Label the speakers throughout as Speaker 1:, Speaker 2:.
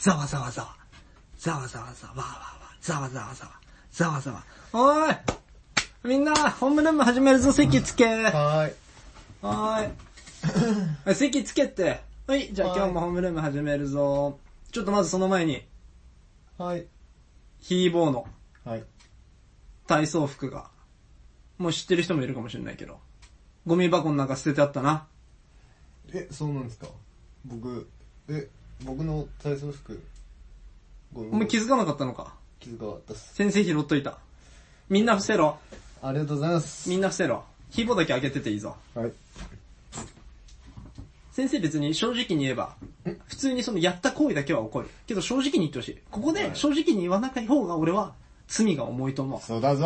Speaker 1: ざわざわざわ。ざわざわざわ、わわわ、ざわざわざわ。ざわざわ。おーいみんな、ホームルーム始めるぞ、席つけ。は
Speaker 2: はーい。
Speaker 1: ーい。はい席つけって。はい、じゃあ
Speaker 2: はーい
Speaker 1: 今日もホームルーム始めるぞ。ちょっとまずその前に、
Speaker 2: はい。
Speaker 1: ヒーボーの
Speaker 2: はい。
Speaker 1: 体操服が、もう知ってる人もいるかもしれないけど、ゴミ箱の中捨ててあったな。
Speaker 2: え、そうなんですか僕、え、僕の体操服、ごめん
Speaker 1: お前気づかなかったのか
Speaker 2: 気づかなかったっす。
Speaker 1: 先生拾っといた。みんな伏せろ。
Speaker 2: ありがとうございます。
Speaker 1: みんな伏せろ。ヒーボーだけ開けてていいぞ。
Speaker 2: はい。
Speaker 1: 先生別に正直に言えば、普通にそのやった行為だけは起こる。けど正直に言ってほしい。ここで正直に言わない方が俺は罪が重いと思う。
Speaker 2: そうだぞ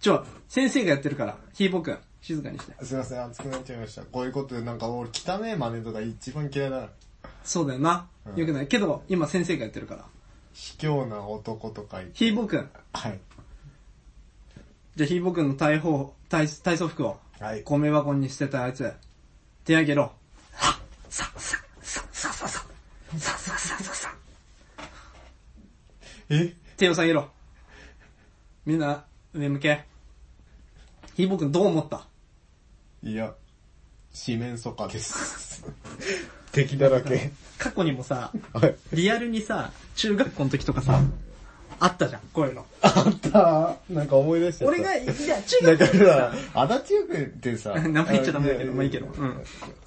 Speaker 1: ちょ、先生がやってるから、ひーぼくん、静かにして。
Speaker 2: すいません、熱くなっちゃいました。こういうことでなんか俺汚え真似とか一番嫌いだな。
Speaker 1: そうだよな。
Speaker 2: うん
Speaker 1: よくない。けど、今先生がやってるから。
Speaker 2: 卑怯な男とか言って。
Speaker 1: ひーぼくん、
Speaker 2: はい。
Speaker 1: じゃあひーぼくんの体操、体体操服を、
Speaker 2: はい。
Speaker 1: 米箱に捨てたやつ、手あげろ。さ、さ、さ、さ、さ、さ、さ、さ、さ、さ、さ、
Speaker 2: え
Speaker 1: 手を下げろ。みんな、上向け。ひーぼくんどう思った
Speaker 2: いや、四面楚歌です。 敵だらけ。
Speaker 1: 過去にもさ、
Speaker 2: はい。
Speaker 1: リアルにさ、中学校の時とかさ、あったじゃん、こういうの。
Speaker 2: あったなんか思い出しちゃった。
Speaker 1: 俺が、いや、中
Speaker 2: だ
Speaker 1: 学
Speaker 2: か
Speaker 1: 校の時さ
Speaker 2: ら、、足立区ってさ、
Speaker 1: 名前言っちゃダメだけど
Speaker 2: あ
Speaker 1: まあいいけどうん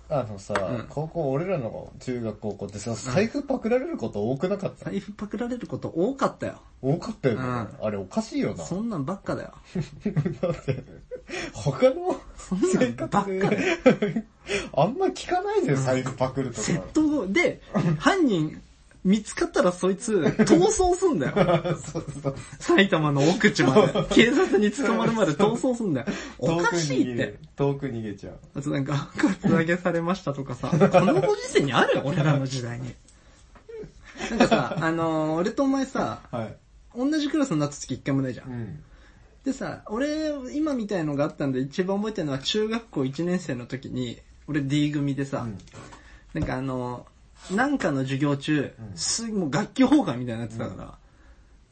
Speaker 2: あのさ、
Speaker 1: うん
Speaker 2: 高校、俺らの中学高校ってさ、財布パクられること多くなかった、
Speaker 1: 財布パクられること多かったよ。
Speaker 2: 多かったよね、
Speaker 1: う
Speaker 2: あれおかしいよな。
Speaker 1: そんなんばっかだよ。
Speaker 2: だって、他の
Speaker 1: そんなんばっかだよ。
Speaker 2: あんま聞かないで財布パクるとか。
Speaker 1: 窃盗で、犯人見つかったらそいつ逃走すんだよ。
Speaker 2: そうそう
Speaker 1: 埼玉の奥地まで。警察に捕まるまで逃走すんだよ。おかしいって。。
Speaker 2: 遠く逃げちゃう。
Speaker 1: あとなんか、カツアゲされましたとかさ、 このご時世にある俺らの時代に。なんかさ、あのー俺とお前さ、
Speaker 2: はい。
Speaker 1: 同じクラスになった時一回もないじゃん。
Speaker 2: ん。
Speaker 1: でさ、俺、今みたいのがあったんで一番覚えてるのは中学校1年生の時に、俺 D 組でさ、
Speaker 2: うん
Speaker 1: なんかあの、なんかの授業中、すもう楽器崩壊みたいになってたか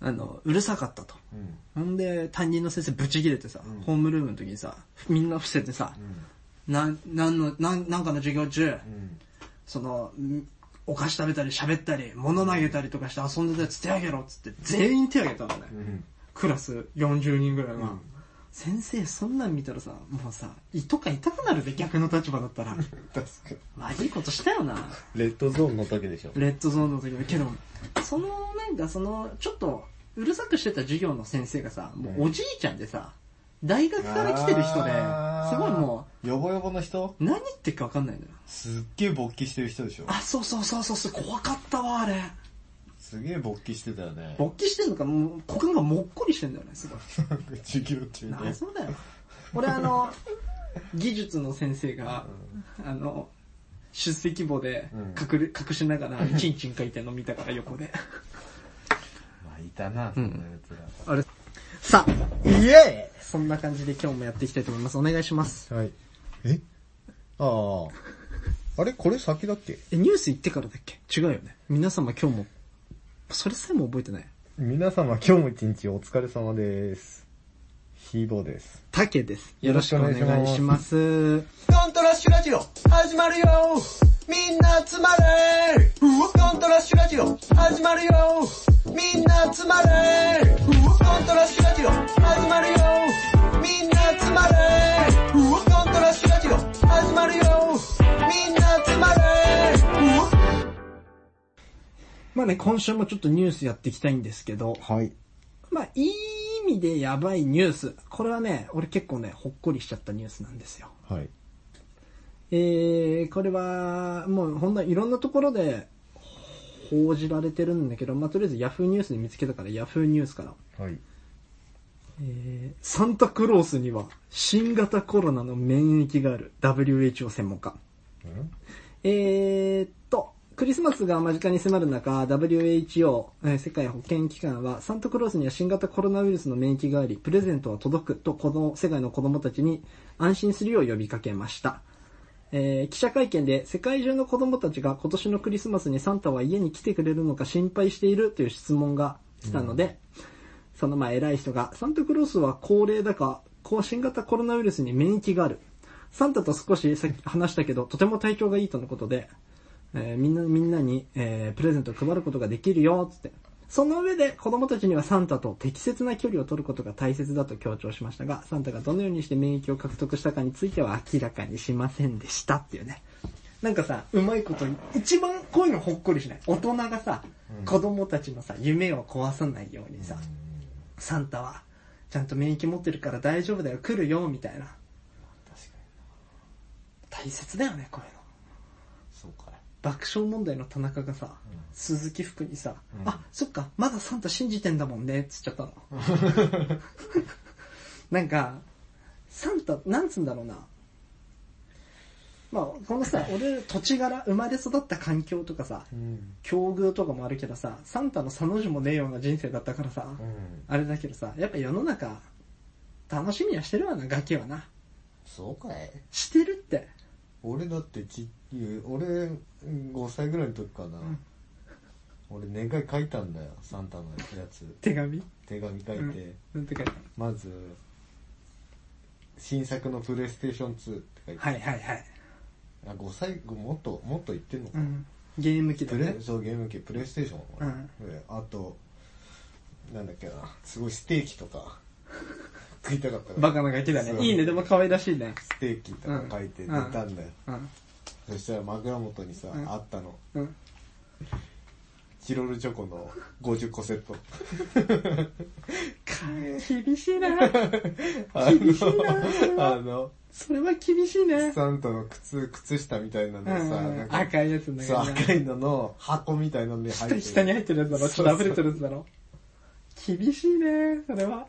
Speaker 1: ら、あの、うるさかったと。
Speaker 2: うん。
Speaker 1: ほんで、担任の先生ブチ切れてさ、
Speaker 2: ん
Speaker 1: ホームルームの時にさ、みんな伏せてさ、なん、なんの、なん、なんかの授業中、
Speaker 2: うん。
Speaker 1: その、んお菓子食べたり喋ったり、物投げたりとかして遊んでたやつ手あげろっつって全員手あげたのね。
Speaker 2: うん。
Speaker 1: クラス40人ぐらいは、
Speaker 2: うん
Speaker 1: 先生そんなん見たらさ、もうさ、胃とか痛くなるぜ、逆の立場だった ら。
Speaker 2: 確かに。
Speaker 1: 悪いことしたよな。
Speaker 2: レッドゾーンの時でしょ。
Speaker 1: レッドゾーンの時は。けど、その、なんかその、ちょっと、うるさくしてた授業の先生がさ、もうおじいちゃんでさ、大学から来てる人で、
Speaker 2: あー
Speaker 1: すごいも
Speaker 2: ヨボヨボの人
Speaker 1: う、何言ってるかわかんないのよ。
Speaker 2: すっげえ勃起してる人でしょ
Speaker 1: あ、そうそうそうそうそう、怖かったわ、あれ。
Speaker 2: すげえ勃起してたよね。
Speaker 1: 勃起してんのか、もう、股間がもっこりしてんだよね、 すごい。
Speaker 2: 授業中で。
Speaker 1: 謎だよ。俺あの、技術の先生が、あの、出席簿で
Speaker 2: うん
Speaker 1: 隠れ、隠しながら、チンチン書いてんの見たから横で。
Speaker 2: まあ、いたな、そんなやつら。
Speaker 1: あれ さあ、イエーイそんな感じで今日もやっていきたいと思います。お願いします。
Speaker 2: はい。えああ。あれこれ先だっけ
Speaker 1: え、ニュース行ってからだっけ違うよね。皆様今日も、それさえも覚えてない。
Speaker 2: 皆様今日も一日お疲れ様です。ヒーボーです。
Speaker 1: タケです。よ
Speaker 2: よ
Speaker 1: ろ
Speaker 2: ろ
Speaker 1: し
Speaker 2: し
Speaker 1: く
Speaker 2: く
Speaker 1: お
Speaker 2: お
Speaker 1: 願
Speaker 2: 願
Speaker 1: い
Speaker 2: い
Speaker 1: し
Speaker 2: し
Speaker 1: ます。
Speaker 3: ドントラッシュラジオ、始まるよみんな集まれドントラッシュラジオ、始まるよみんな集まれドントラッシュラジオ、始まるよみんな集まれドントラッシュラジオ、始まるよみんな集まれ
Speaker 1: まあね、今週もちょっとニュースやっていきたいんですけど、
Speaker 2: はい。
Speaker 1: まあ、いい意味でやばいニュース。これはね、俺結構ね、ほっこりしちゃったニュースなんですよ。
Speaker 2: はい。
Speaker 1: えー、これは、もうほんといろんなところで報じられてるんだけど、まあ、とりあえずヤフーニュースで見つけたから、ヤフーニュースから。
Speaker 2: はい。
Speaker 1: えー、サンタクロースには新型コロナの免疫がある WHO 専門家。えーっと、クリスマスが間近に迫る中、WHO、えー世界保健機関は、サンタクロースには新型コロナウイルスの免疫があり、プレゼントは届くと、この世界の子供たちに安心するよう呼びかけました。ええー記者会見で世界中の子供たちが今年のクリスマスにサンタは家に来てくれるのか心配しているという質問が来たので、その前偉い人が、サンタクロースは高齢だか、こう新型コロナウイルスに免疫がある。サンタと少しさっき話したけど、とても体調がいいとのことで、えーみんな、みんなに、えープレゼントを配ることができるよ、つって。その上で子供たちにはサンタと適切な距離を取ることが大切だと強調しましたが、サンタがどのようにして免疫を獲得したかについては明らかにしませんでしたっていうね。なんかさ、うまいこと、一番こういうのほっこりしない。大人がさ、
Speaker 2: うん
Speaker 1: 子供たちのさ、夢を壊さないようにさ、サンタは、ちゃんと免疫持ってるから大丈夫だよ、来るよ、みたいな。
Speaker 2: 確かに
Speaker 1: 大切だよね、こういうの。
Speaker 2: そうか
Speaker 1: 爆笑問題の田中がさ、
Speaker 2: ん
Speaker 1: 鈴木福にさ、
Speaker 2: うん
Speaker 1: あ、そっか、まだサンタ信じてんだもんね、っつっちゃったの。 なんか、サンタ、なんつうんだろうな。まあ、この さ、俺、土地柄、生まれ育った環境とかさ、
Speaker 2: うん
Speaker 1: 境遇とかもあるけどさ、サンタのサの字もねえような人生だったからさ、
Speaker 2: うん
Speaker 1: あれだけどさ、やっぱ世の中、楽しみはしてるわな、ガキはな。
Speaker 2: そうかい
Speaker 1: してるって。
Speaker 2: 俺だってち俺5歳ぐらいの時かな、
Speaker 1: ん
Speaker 2: 俺願い書いたんだよサンタのやつ
Speaker 1: 手紙
Speaker 2: 手紙書い
Speaker 1: う
Speaker 2: て、
Speaker 1: んなんて書いてある
Speaker 2: まず新作のプレイステーション2って書いて、
Speaker 1: はいはいはい。
Speaker 2: あ5歳もっともっと言ってんのか
Speaker 1: う
Speaker 2: な、
Speaker 1: ん。ゲーム機だ
Speaker 2: プレ
Speaker 1: ね。
Speaker 2: そうゲーム機プレイステーション、
Speaker 1: うん
Speaker 2: であとなんだっけなすごいステーキと か食いたかったから
Speaker 1: バカなガキだね
Speaker 2: そ。う
Speaker 1: いいね、でも可愛らしいね。
Speaker 2: ステーキとか書いて
Speaker 1: う
Speaker 2: 寝
Speaker 1: んうん
Speaker 2: たんだよ、
Speaker 1: うん。
Speaker 2: そしたら枕元にさ、
Speaker 1: うん
Speaker 2: あったの
Speaker 1: うん。
Speaker 2: チロルチョコの50個セット
Speaker 1: 厳しいな。
Speaker 2: あ
Speaker 1: 厳しいなそれ
Speaker 2: の
Speaker 1: は
Speaker 2: あの
Speaker 1: それは厳しいね。
Speaker 2: サンタの靴靴下みたいなの
Speaker 1: う
Speaker 2: さ、なん
Speaker 1: ん。
Speaker 2: か
Speaker 1: 赤いやつの
Speaker 2: そう、
Speaker 1: 中にね
Speaker 2: 赤いのの箱みたいなのに入ってる。
Speaker 1: 下に入ってるやつだろ。ちょっと溢れてるやつだろ。厳しいね、それは。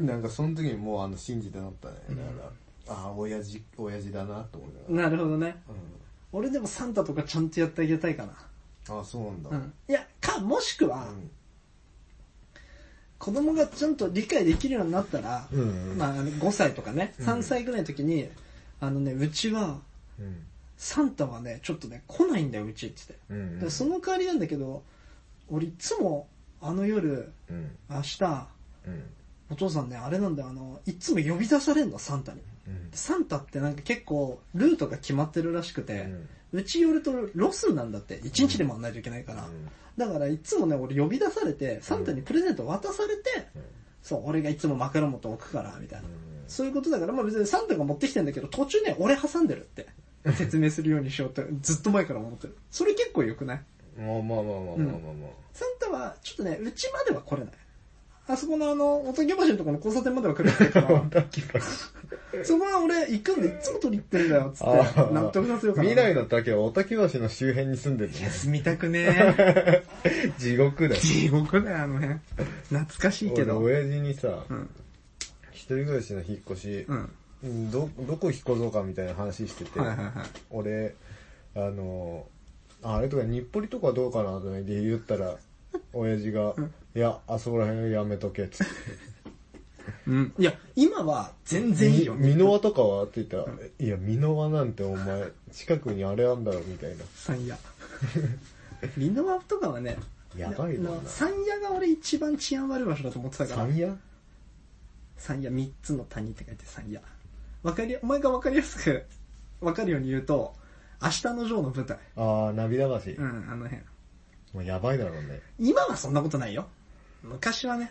Speaker 2: なんかその時にもうあの、信じてなったね。だから、ああ、親父、親父だなと思いなが
Speaker 1: なるほどね。
Speaker 2: ら。
Speaker 1: 俺でもサンタとかちゃんとやってあげたいかな。
Speaker 2: うん。ああ、そうなんだ。
Speaker 1: う。ん。いや、か、もしくは、子供がちゃんと理解できるようになったら、
Speaker 2: うん
Speaker 1: まあ、あの5歳とかね、
Speaker 2: うん
Speaker 1: 3歳ぐらいの時に、あのね、うちは、
Speaker 2: うん。
Speaker 1: サンタはね、ちょっとね、来ないんだよ、うちって言って。
Speaker 2: うん。
Speaker 1: でその代わりなんだけど、俺いつも、あの夜、
Speaker 2: うん。
Speaker 1: 明日、
Speaker 2: うん。
Speaker 1: お父さんね、あれなんだよ、あの、いつも呼び出されんの、サンタに。
Speaker 2: うん。
Speaker 1: サンタってなんか結構、ルートが決まってるらしくて、うち寄るとロスなんだって、1日でもあんないといけないから。だからいつもね、俺呼び出されて、サンタにプレゼント渡されて、そう、俺がいつも枕元置くから、みたいな。そういうことだから、まあ別にサンタが持ってきてんだけど、途中ね、俺挟んでるって。説明するようにしようって、ずっと前から思ってる。それ結構良くない
Speaker 2: まあまあまあまあまあまあまあ。
Speaker 1: サンタは、ちょっとね、うちまでは来れない。あそこのあの、おとぎ橋のところの交差点までは来れない から、そこは俺行くんでいつも取り行ってんだよ、つっ
Speaker 2: あ
Speaker 1: て。
Speaker 2: ー
Speaker 1: 納得させようかな。
Speaker 2: 未来の竹はおたき橋の周辺に住 んでる
Speaker 1: いや住みたくね え。
Speaker 2: の。地獄だよ。
Speaker 1: 地獄だよ、あの辺。懐かしいけど。
Speaker 2: 俺、親父にさ
Speaker 1: う、ん。
Speaker 2: 一人暮らしの引っ越し
Speaker 1: う、ん。
Speaker 2: うんど、どこ引っ越そうかみたいな話してて、
Speaker 1: はいはいはい。
Speaker 2: 俺、あの、ああれとか日暮里とかどうかなとか言ったら、親父が、いや、あそこら辺やめとけ、つって。
Speaker 1: うん。いや、今は全然いいよ。
Speaker 2: み箕輪とかはって言ったら、いや、箕輪なんてお前、近くにあれあんだろ、みたいな。
Speaker 1: 山 野。美濃輪とかはね、
Speaker 2: やばいもんな。
Speaker 1: 山野が俺一番治安悪い場所だと思ってたから
Speaker 2: 三。夜
Speaker 1: 山野三つの谷って書いて山野。わかり、お前がわかりやすく、 わかるように言うと、明日のジョーの舞台。
Speaker 2: ああ、涙橋。
Speaker 1: うん、あの辺。
Speaker 2: もうやばいだろうね。
Speaker 1: 今はそんなことないよ。昔はね、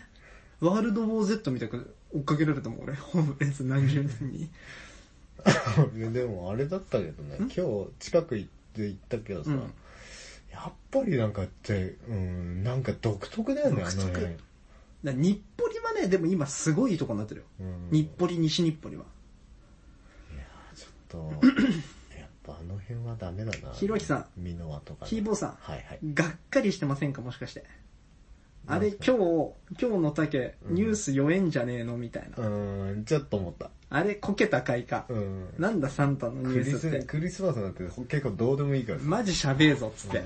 Speaker 1: ワールドウォー Z みたく追っかけられたもん、俺。ホームレス何十 年に。
Speaker 2: 俺でもあれだったけどね、今日近く行って行ったけどさ、
Speaker 1: うん
Speaker 2: やっぱりなんかって、うん、なんか独特だよね、あの
Speaker 1: 独
Speaker 2: 辺
Speaker 1: 特。だから日暮里はね、でも今すごいいいとこになってるよ。
Speaker 2: うん
Speaker 1: 日暮里、西日暮里は。
Speaker 2: ちょっと、 やっぱあの辺はダメだな。
Speaker 1: ひろきさ
Speaker 2: ん。ミノワとかね、
Speaker 1: ひーぼーさん
Speaker 2: はいはい。
Speaker 1: がっかりしてませんかもしかして。あれ
Speaker 2: なん
Speaker 1: 今
Speaker 2: す
Speaker 1: 日
Speaker 2: か、
Speaker 1: 今日の竹、ニュース酔えんじゃねえのみたいな。
Speaker 2: うーん、ちょっと思った。
Speaker 1: あれこけた回か。
Speaker 2: うん。
Speaker 1: なんだサンタのニ
Speaker 2: ク
Speaker 1: ュ
Speaker 2: リ
Speaker 1: ースっ
Speaker 2: ス、
Speaker 1: て。
Speaker 2: クリスマスなんて結構どうでもいいから。
Speaker 1: マジしゃべえぞっつって。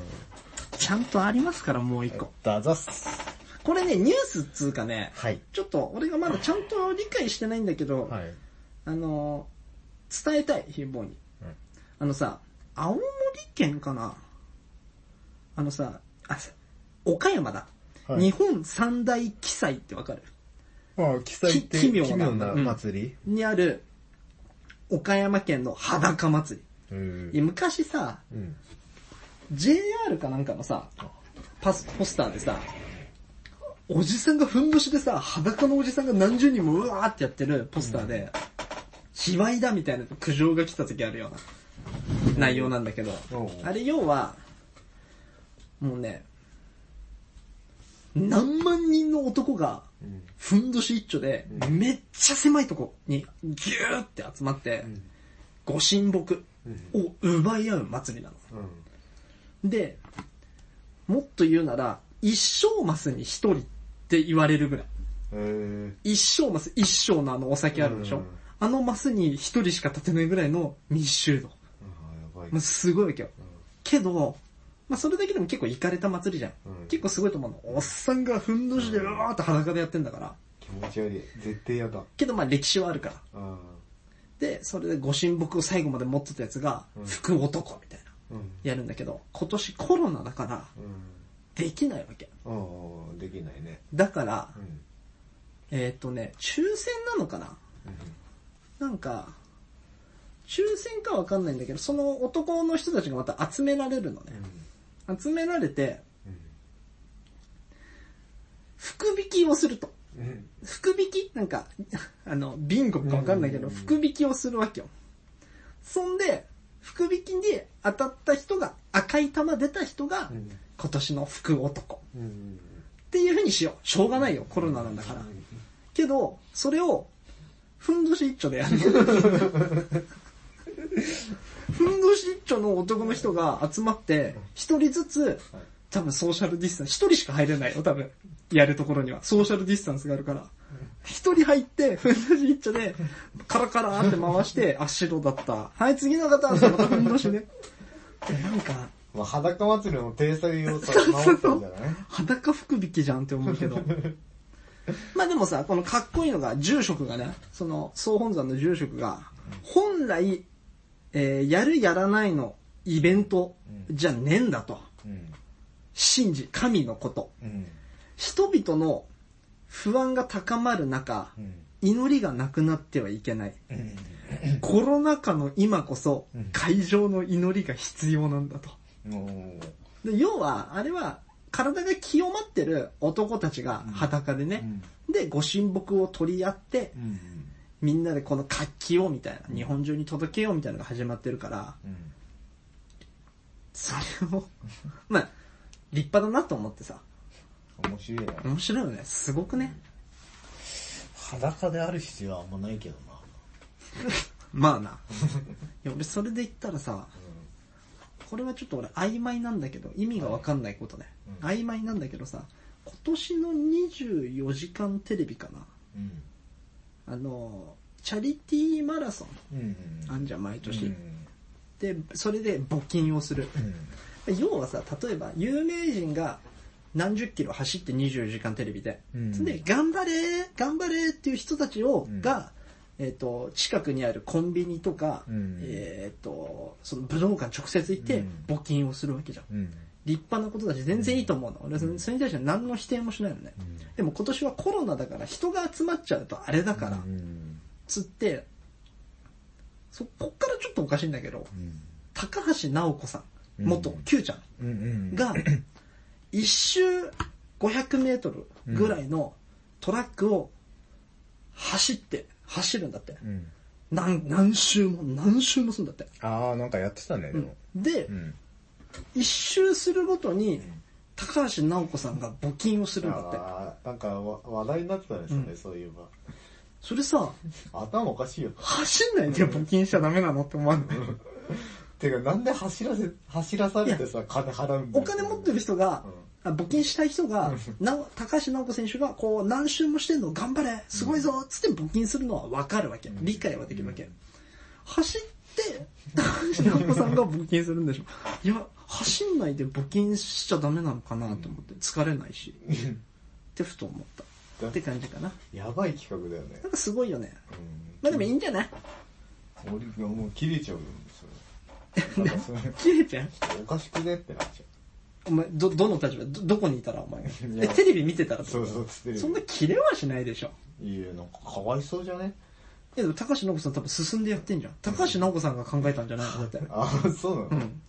Speaker 1: ちゃんとありますからもう一個。
Speaker 2: だざっす。
Speaker 1: これね、ニュースっつうかね、
Speaker 2: はい。
Speaker 1: ちょっと俺がまだちゃんと理解してないんだけど、
Speaker 2: はい。
Speaker 1: あのー、伝えたい、ひーぼーに。あのさ、青森県かなあのさ、あ、岡山だ。
Speaker 4: はい
Speaker 1: 日本三大奇祭ってわかる
Speaker 4: まあ、記載って
Speaker 1: き
Speaker 4: 奇
Speaker 1: 奇妙な
Speaker 4: 妙な祭り、
Speaker 1: にある、岡山県の裸祭
Speaker 4: うん
Speaker 1: り。いや昔さ、
Speaker 4: うん。
Speaker 1: JR かなんかのさ、パス、ポスターでさ、おじさんがふんどしでさ、裸のおじさんが何十人もうわーってやってるポスターで、卑猥だみたいな苦情が来た時あるような内容なんだけど
Speaker 4: おう、
Speaker 1: あれ要は、もうね、何万人の男が、ふんどし一丁で、めっちゃ狭いとこにギューって集まって、ご神木を奪い合う祭りなの。で、もっと言うなら、一生マスに一人って言われるぐらい。
Speaker 4: うん。へ
Speaker 1: 一生マス、一生のあのお酒あるでしょ、
Speaker 4: うん
Speaker 1: あのマスに一人しか立てないぐらいの密集度。
Speaker 4: え。ああ、やばい
Speaker 1: まあ、。すごいわけよ。けど、まあ、それだけでも結構行かれた祭りじゃん。
Speaker 4: うん
Speaker 1: 結構すごいと思うの。おっさんがふんどしでうわーって裸でやってんだから。
Speaker 4: 気持ち悪い。絶対嫌だ。
Speaker 1: けどまあ歴史はあるから。
Speaker 4: あ
Speaker 1: で、それでご神木を最後まで持ってたやつが、福男みたいな。
Speaker 4: うん。
Speaker 1: やるんだけど、今年コロナだから、できないわけ。
Speaker 4: うん。ああ、できないね。
Speaker 1: だから、
Speaker 4: うん。
Speaker 1: えーっ、とね、抽選なのかな、なんか、抽選かわかんないんだけど、その男の人たちがまた集められるのね。集められて、福引きをすると。
Speaker 4: うん。
Speaker 1: 福引きなんか、あの、ビンゴかわかんないけど、
Speaker 4: うん
Speaker 1: 福引きをするわけよ。そんで、福引きで当たった人が、赤い玉出た人が
Speaker 4: ん、
Speaker 1: 今年の福男。
Speaker 4: うん。
Speaker 1: っていう風にしよう。しょうがないよ、コロナなんだから。けど、それを、ふんどし一丁でや る。ふんどし一丁の男の人が集まって、一人ずつ、多分ソーシャルディスタンス、一人しか入れないよ、多分。やるところには。ソーシャルディスタンスがあるから。一人入って、ふんどし一丁で、カラカラーって回して、あ、白だった。はい、次の方ってまたふんどしで。 でなんか、
Speaker 4: まあ、裸祭りの体裁をさ、守ったんじゃない
Speaker 1: 裸福引きじゃんって思うけど。 まあでもさ、このかっこいいのが、住職がね、その、総本山の住職が、本来、えーやるやらないのイベントじゃねえんだと。
Speaker 4: うん。
Speaker 1: 信じ、神のこと。
Speaker 4: うん。
Speaker 1: 人々の不安が高まる中、祈りがなくなってはいけない。コロナ禍の今こそ、会場の祈りが必要なんだと。
Speaker 4: うん。
Speaker 1: で要は、あれは、体が清まってる男たちが裸でね、で、ご神木を取り合って、
Speaker 4: うん。
Speaker 1: みんなでこの活気をみたいな、日本中に届けようみたいなのが始まってるから、
Speaker 4: うん。
Speaker 1: それを、まあ、立派だなと思ってさ、
Speaker 4: 面白いな。
Speaker 1: 面白いよね、すごくね。
Speaker 4: 裸である必要はあんまないけどな。
Speaker 1: まあな。いや、俺それで言ったらさ、これはちょっと俺曖昧なんだけど、意味がわかんないことね。曖昧なんだけどさ、今年の24時間テレビかな。
Speaker 4: うん。
Speaker 1: あの、チャリティーマラソ
Speaker 4: う
Speaker 1: ン
Speaker 4: ん。
Speaker 1: あんじゃん、毎
Speaker 4: う
Speaker 1: 年。
Speaker 4: ん。
Speaker 1: で、それで募金をする。要はさ、例えば有名人が何十キロ走って24時間テレビで、
Speaker 4: うん
Speaker 1: それで頑張れー頑張れーっていう人たちを、
Speaker 4: うん
Speaker 1: が、えっ、と、近くにあるコンビニとか、
Speaker 4: うん
Speaker 1: えっ、と、その武道館直接行って
Speaker 4: うん
Speaker 1: 募金をするわけじゃん。
Speaker 4: うん。
Speaker 1: 立派なことだし全然いいと思うの。俺はそれそれに対して何の否定もしないのね。でも今年はコロナだから人が集まっちゃうとあれだから、
Speaker 4: うん。
Speaker 1: つって、そこっからちょっとおかしいんだけど、高橋直子さん、元
Speaker 4: うん
Speaker 1: Q ちゃん。
Speaker 4: うん。うん。
Speaker 1: が、一周500メートルぐらいのトラックを走って、走るんだって。
Speaker 4: うん。
Speaker 1: 何、何周も、何周もするんだって。
Speaker 4: ああ、なんかやってたね、でも。
Speaker 1: で
Speaker 4: う、ん。
Speaker 1: 一周するごとに、高橋直子さんが募金をするんだって。
Speaker 4: ああ、なんかわ話題になってたね、それ、
Speaker 1: うん
Speaker 4: そういえ
Speaker 1: それさ、
Speaker 4: ば。頭おかしいよ。
Speaker 1: 走んないで募金しちゃダメなのって思わない。
Speaker 4: てか、なんで走らせ、走らされてさ、金払うんだ
Speaker 1: お
Speaker 4: よ
Speaker 1: 金持ってる人が、あ募金したい人が、なお高橋尚子選手が、こう、何周もしてんの頑張れすごいぞつって募金するのはわかるわけ。理解はできるわけ。走って、高橋尚子さんが 募金するんでしょ。いや、走んないで募金しちゃダメなのかなと思って、疲れないし。ってふと思った。って感じかな。
Speaker 4: やばい企画だよね
Speaker 1: な。んかすごいよね。まあでもいいんじゃない
Speaker 4: 俺、もう切れちゃうよ、そ
Speaker 2: なんかその
Speaker 1: 切れちゃう
Speaker 2: おかしくねってなっちゃ
Speaker 1: お前、ど、どの立場ど、どこにいたらお前。
Speaker 2: いや
Speaker 1: え、テレビ見てたら
Speaker 2: う。そうそう、つってる。
Speaker 1: そんな切れはしないでしょ。
Speaker 2: いや、なんかかわいそうじゃね
Speaker 1: いや、でも高橋直子さん多分進んでやってんじゃん。高橋直子さんが考えたんじゃないのだって。
Speaker 2: ああ、そうなの、
Speaker 1: うん。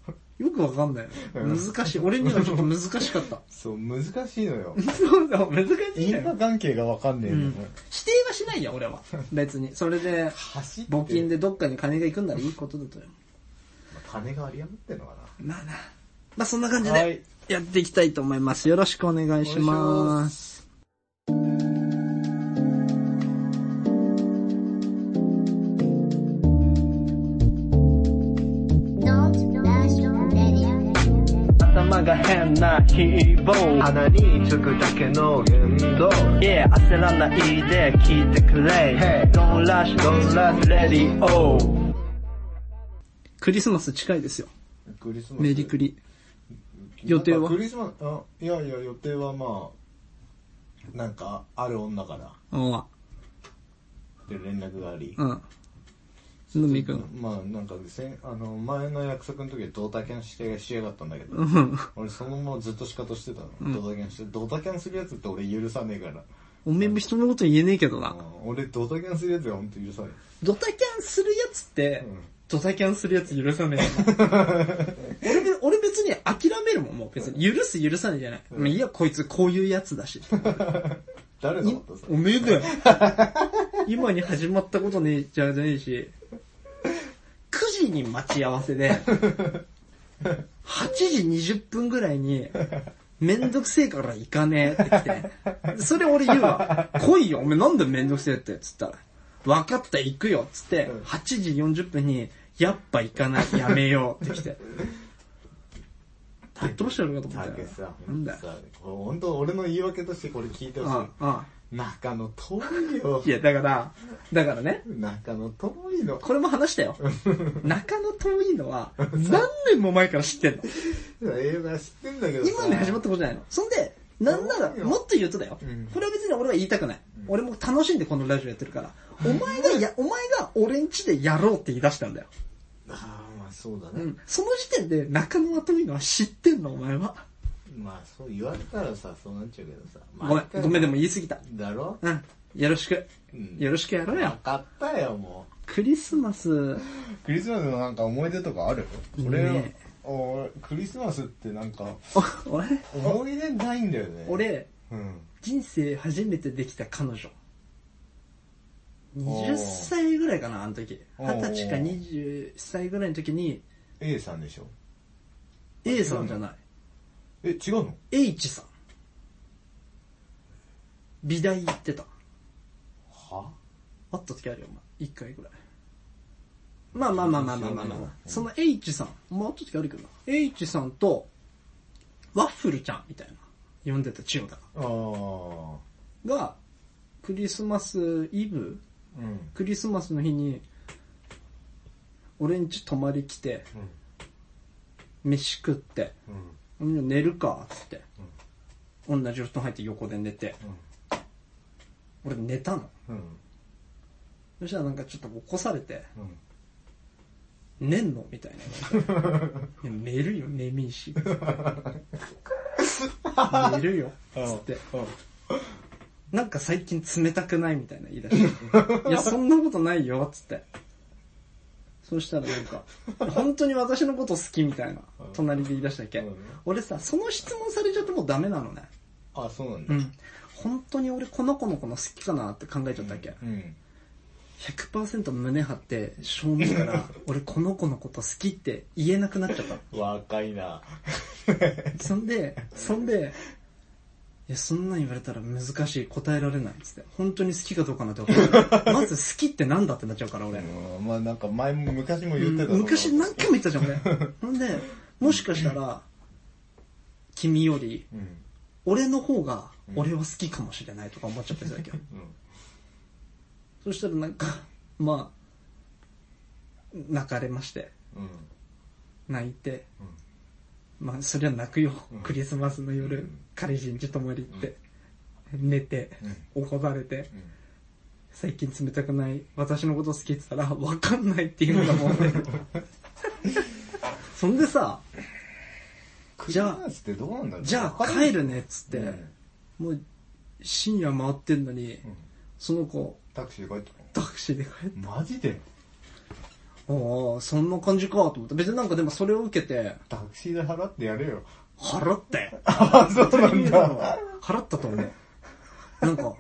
Speaker 1: よくわかんない。
Speaker 2: うん
Speaker 1: 難しい。俺にはちょっと難しか った。
Speaker 2: そう、難しいのよ。
Speaker 1: そうだ、難しいんだ
Speaker 2: 因果
Speaker 1: よ。
Speaker 2: 関係がわかんねえ
Speaker 1: うん。
Speaker 2: の
Speaker 1: 指
Speaker 2: ね。
Speaker 1: 定はしないよ、俺は。別に。それで、
Speaker 2: 走って。
Speaker 1: 募金で。どっかに金が行くんならいいことだと思う。
Speaker 2: 金が有り余ってんのかな。
Speaker 1: まあな。まあそんな感じ
Speaker 2: は
Speaker 1: で
Speaker 2: い
Speaker 1: やっていきたいと思います。よろしくお願いします。
Speaker 5: Not National Radio.
Speaker 6: 頭が変な希望
Speaker 7: 鼻につくだけの言動
Speaker 6: いや焦らないで聞いてくれ
Speaker 7: Hey
Speaker 6: Don't rush, don't rush, ready, oh
Speaker 1: クリスマス近いですよ。
Speaker 2: クリスマス。
Speaker 1: メリク。リ。予定は
Speaker 2: クリスマス、あ、いやいや、予定はまあ、なんか、ある女から、
Speaker 1: うん。
Speaker 2: で連絡があり。
Speaker 1: うん。飲み行くの。
Speaker 2: まあ、なんかせん、あの、前の約束の時はドタキャンしてしやがったんだけど、
Speaker 1: うん。
Speaker 2: 俺そのままずっと仕方してたの。ドタキャンして、ドタキャンするやつって俺許さねえから。
Speaker 1: おめえも人のこと言えねえけどな。
Speaker 2: うん俺ドタキャンするやつが本当許さない。
Speaker 1: ドタキャンするやつって、
Speaker 2: うん
Speaker 1: ドタキャンするやつ許さ ねえ。俺べ俺別に諦めるもん、もう別に。許す許さねえじゃない。まあいや、こいつこういうやつだし。
Speaker 2: 誰のことさ。
Speaker 1: おめえだよ。 今に始まったことねえじゃねえし、9時に待ち合わせ で、8時20分ぐらいに、めんどくせえから行かねえって来て、それ俺言うわ。来いよ、おめえなんでめんどくせえって、つったら。分かった、行くよ、つって、8時40分に、やっぱ行かない、やめようって来 て。どうしたのかと思ったた
Speaker 2: け
Speaker 1: よ
Speaker 2: さ。、
Speaker 1: なんだよ。
Speaker 2: さこれ本当俺の言い訳としてこれ聞いて
Speaker 1: あ
Speaker 2: ほし
Speaker 1: あ、あ
Speaker 2: い。中野遠いよ
Speaker 1: あ。いや、だから、だからね、
Speaker 2: 中野遠いの。
Speaker 1: これも話した よ。中野遠いの は、何年も前から知ってんの。
Speaker 2: 映画知ってんだけどさ。
Speaker 1: 今に始まったことじゃないの。そんで、なんなら、
Speaker 2: 遠いよ
Speaker 1: もっと言うとだよ
Speaker 2: うん。
Speaker 1: これは別に俺は言いたくない。俺も楽しんでこのラジオやってるから。お前がや、お前が俺ん家でやろうって言い出したんだよ。
Speaker 2: ああ、まあそうだ
Speaker 1: う
Speaker 2: ね。
Speaker 1: ん。その時点で中野は遠いのは知ってんの、お前は。
Speaker 2: まあそう言われたらさ、そうなっちゃうけどさ。
Speaker 1: ごめん、ごめんでも
Speaker 2: い。
Speaker 1: 言い過ぎた。
Speaker 2: だろ
Speaker 1: うん。よろしく。
Speaker 2: うん
Speaker 1: よろしくやろう
Speaker 2: わ
Speaker 1: よ。
Speaker 2: かったよ、も
Speaker 1: クリスマス、
Speaker 2: う。クリスマスのなんか思い出とかある
Speaker 1: ね
Speaker 2: 俺、おクリスマスってなんか、
Speaker 1: お俺、
Speaker 2: 思い出ないんだよね。、
Speaker 1: 俺、
Speaker 2: うん。
Speaker 1: 人生初めてできた彼女。
Speaker 2: おー
Speaker 1: 20歳ぐらいかな、あの時。
Speaker 2: おー
Speaker 1: 20歳か20歳ぐらいの時に、
Speaker 2: A さんでしょ
Speaker 1: A さんじゃない。
Speaker 2: え、違うの
Speaker 1: H さん。美大行ってた。
Speaker 2: は
Speaker 1: 会った時あるよ、お前。一回ぐらい。まあまあまあまあまあまあまあ、
Speaker 2: うん
Speaker 1: その H さん。まあ会った時あるけどな。H さんと、ワッフルちゃんみたいな。呼んでた千代田
Speaker 2: ああ。
Speaker 1: が。が、クリスマスイブ
Speaker 2: うん。
Speaker 1: クリスマスの日に、俺ん家泊まり来て、飯食って、
Speaker 2: うん。
Speaker 1: 寝るか、つって。同じ布団入って横で寝て。俺寝たの。
Speaker 2: うん。
Speaker 1: そしたらなんかちょっと起こされて、
Speaker 2: うん。
Speaker 1: 寝んのみたいな。いや寝るよ、眠いし。寝るよ、つって。なんか最近冷たくないみたいな言い出して。いや、そんなことないよ、つって。そしたらなんか、本当に私のこと好きみたいな、隣で言い出したっけ
Speaker 2: うん。
Speaker 1: 俺さ、その質問されちゃうともうダメなのね。
Speaker 2: あ、そうなん
Speaker 1: う
Speaker 2: だ。
Speaker 1: ん。本当に俺この子のこと好きかなって考えちゃったっけ、
Speaker 2: うん。
Speaker 1: 100%胸張って正面から俺この子のこと好きって言えなくなっちゃったの。
Speaker 2: 若いな。
Speaker 1: そんで、そんで、いや、そんなん言われたら難しい、答えられないっつって。本当に好きかどうかなんて分かんない。まず好きってなんだってなっちゃうから、俺。
Speaker 2: うんまあなんか前も昔も言ってた。
Speaker 1: うん昔何回も言ったじゃん、俺。ほんで、もしかしたら、君より、
Speaker 2: うん。
Speaker 1: 俺の方が、俺は好きかもしれないとか思っちゃったりするわけよ。そしたらなんか、まあ、泣かれまして、
Speaker 2: うん。
Speaker 1: 泣いて、まあ、そりゃ泣くよ。クリスマスの夜、
Speaker 2: うん
Speaker 1: 彼氏に泊まり行って、寝て、怒られて、最近冷 たくない、私のこと好きって言ったら、わかんないっていうのがもうね、そんでさ、じゃあ
Speaker 2: クリスマスってどうなんだろう
Speaker 1: じゃあ帰るねっつって、
Speaker 2: うん
Speaker 1: もう深夜回ってんのに、その子、
Speaker 2: タクシーで帰って
Speaker 1: タクシーで帰って、
Speaker 2: たのマジで
Speaker 1: ああ、そんな感じかと思った。別になんかでもそれを受けて、
Speaker 2: タクシーで払ってやれよ。
Speaker 1: 払って
Speaker 2: あ、そうなんだ。
Speaker 1: 払ったと思う。なんか、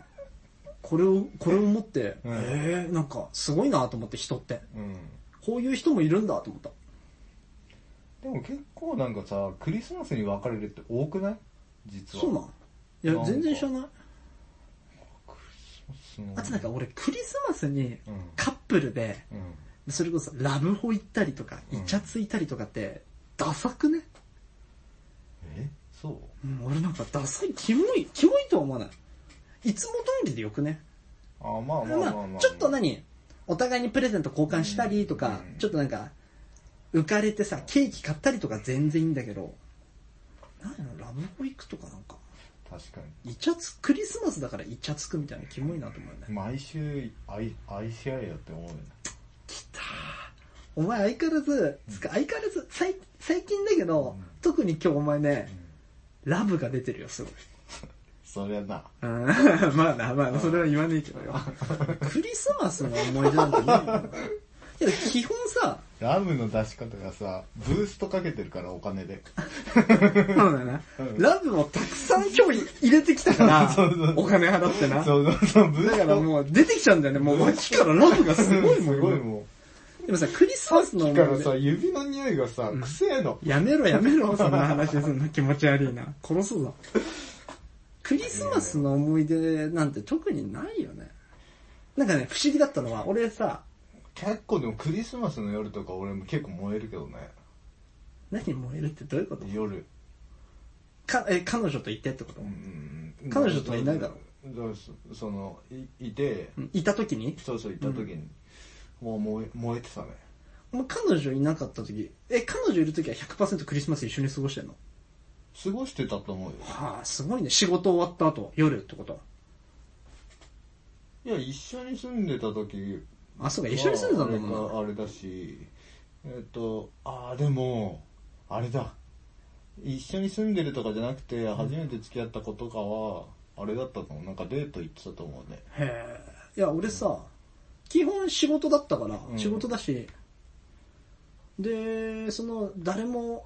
Speaker 1: これを、これを持って、
Speaker 2: うん
Speaker 1: ええなんかすごいなと思って人って。
Speaker 2: うん。
Speaker 1: こういう人もいるんだと思った。
Speaker 2: でも結構なんかさ、クリスマスに別れるって多くない実は。
Speaker 1: そうなんい
Speaker 2: なん
Speaker 1: や、
Speaker 2: か
Speaker 1: 全然知らない。
Speaker 2: その
Speaker 1: あとなんか俺クリスマスに
Speaker 2: うん
Speaker 1: カップルで、
Speaker 2: うん。
Speaker 1: それこそラブホ行ったりとか、イチャついたりとかって、ダサくね、
Speaker 2: えそう
Speaker 1: うん、俺なんかダサい、キモい、キモいとは思わない。いつも通りでよくね
Speaker 2: あ、まあまあまあまあ、
Speaker 1: まあ、ちょっと何お互いにプレゼント交換したりとか、
Speaker 2: うん
Speaker 1: ちょっとなんか、浮かれてさ、ケーキ買ったりとか全然いいんだけど、なんやろラブホ行くとかなんか、
Speaker 2: 確か
Speaker 1: イチャつ、クリスマスだからイチャつくみたいなキモいなと思うよ
Speaker 2: に。
Speaker 1: ね。
Speaker 2: 毎週愛、愛し合えよって思うよね。
Speaker 1: お前相変わらず、つか相変わらず、最最近だけど、特に今日お前ね、ラブが出てるよ、すごい。
Speaker 2: そりゃな。
Speaker 1: うん まあな、まあな、それは言わねえけどよ。 クリスマスの思い出なんてないよ。い や、基本さ、
Speaker 2: ラムの出し方がさ、ブーストかけてるからお金で。
Speaker 1: そうだな。ラブをたくさん今日入れてきたから
Speaker 2: そうそう、
Speaker 1: お金払ってな。
Speaker 2: そうそうそう、ブー
Speaker 1: だか
Speaker 2: ス
Speaker 1: ら
Speaker 2: ト。
Speaker 1: もう出てきちゃうんだよね。もう脇からラブがすごいもん。
Speaker 2: すごいも
Speaker 1: でもさ、クリスマスの
Speaker 2: う。
Speaker 1: 思
Speaker 2: だから
Speaker 1: い
Speaker 2: さ、
Speaker 1: 出。
Speaker 2: 指の匂いがさ、くせえの。
Speaker 1: やめろやめろ、そんな話すんの気持ち悪いな。殺すぞ。クリスマスの思い出なんて特にないよね。なんかね、不思議だったのは、俺さ、
Speaker 2: 結構でもクリスマスの夜とか俺も結構燃えるけどね。
Speaker 1: 何燃えるってどういうこと
Speaker 2: 夜。
Speaker 1: か、え、彼女といてってこと
Speaker 2: うんうんうん
Speaker 1: 彼女とはいないだろ
Speaker 2: そうそうその、いいて、
Speaker 1: うんいた時に
Speaker 2: そうそう、いた時に、もう燃え燃えてたね。
Speaker 1: もう彼女いなかった時、え、彼女いる時は100%クリスマス一緒に過ごしてんの
Speaker 2: 過ごしてたと思うよ。
Speaker 1: はあ、すごいね。仕事終わった後、夜ってこと。
Speaker 2: いや、一緒に住んでた時
Speaker 1: あ、そうか、一緒に住んでたんだ
Speaker 2: ま
Speaker 1: もん
Speaker 2: ああれだし、えっ、と、ああ、でも、あれだ。一緒に住んでるとかじゃなくて、初めて付き合った子とかは、あれだったと思う。なんかデート行ってたと思うね。
Speaker 1: な。へえ。いや、俺さ、基本仕事だったから、
Speaker 2: ん
Speaker 1: 仕事だし、で、その、誰も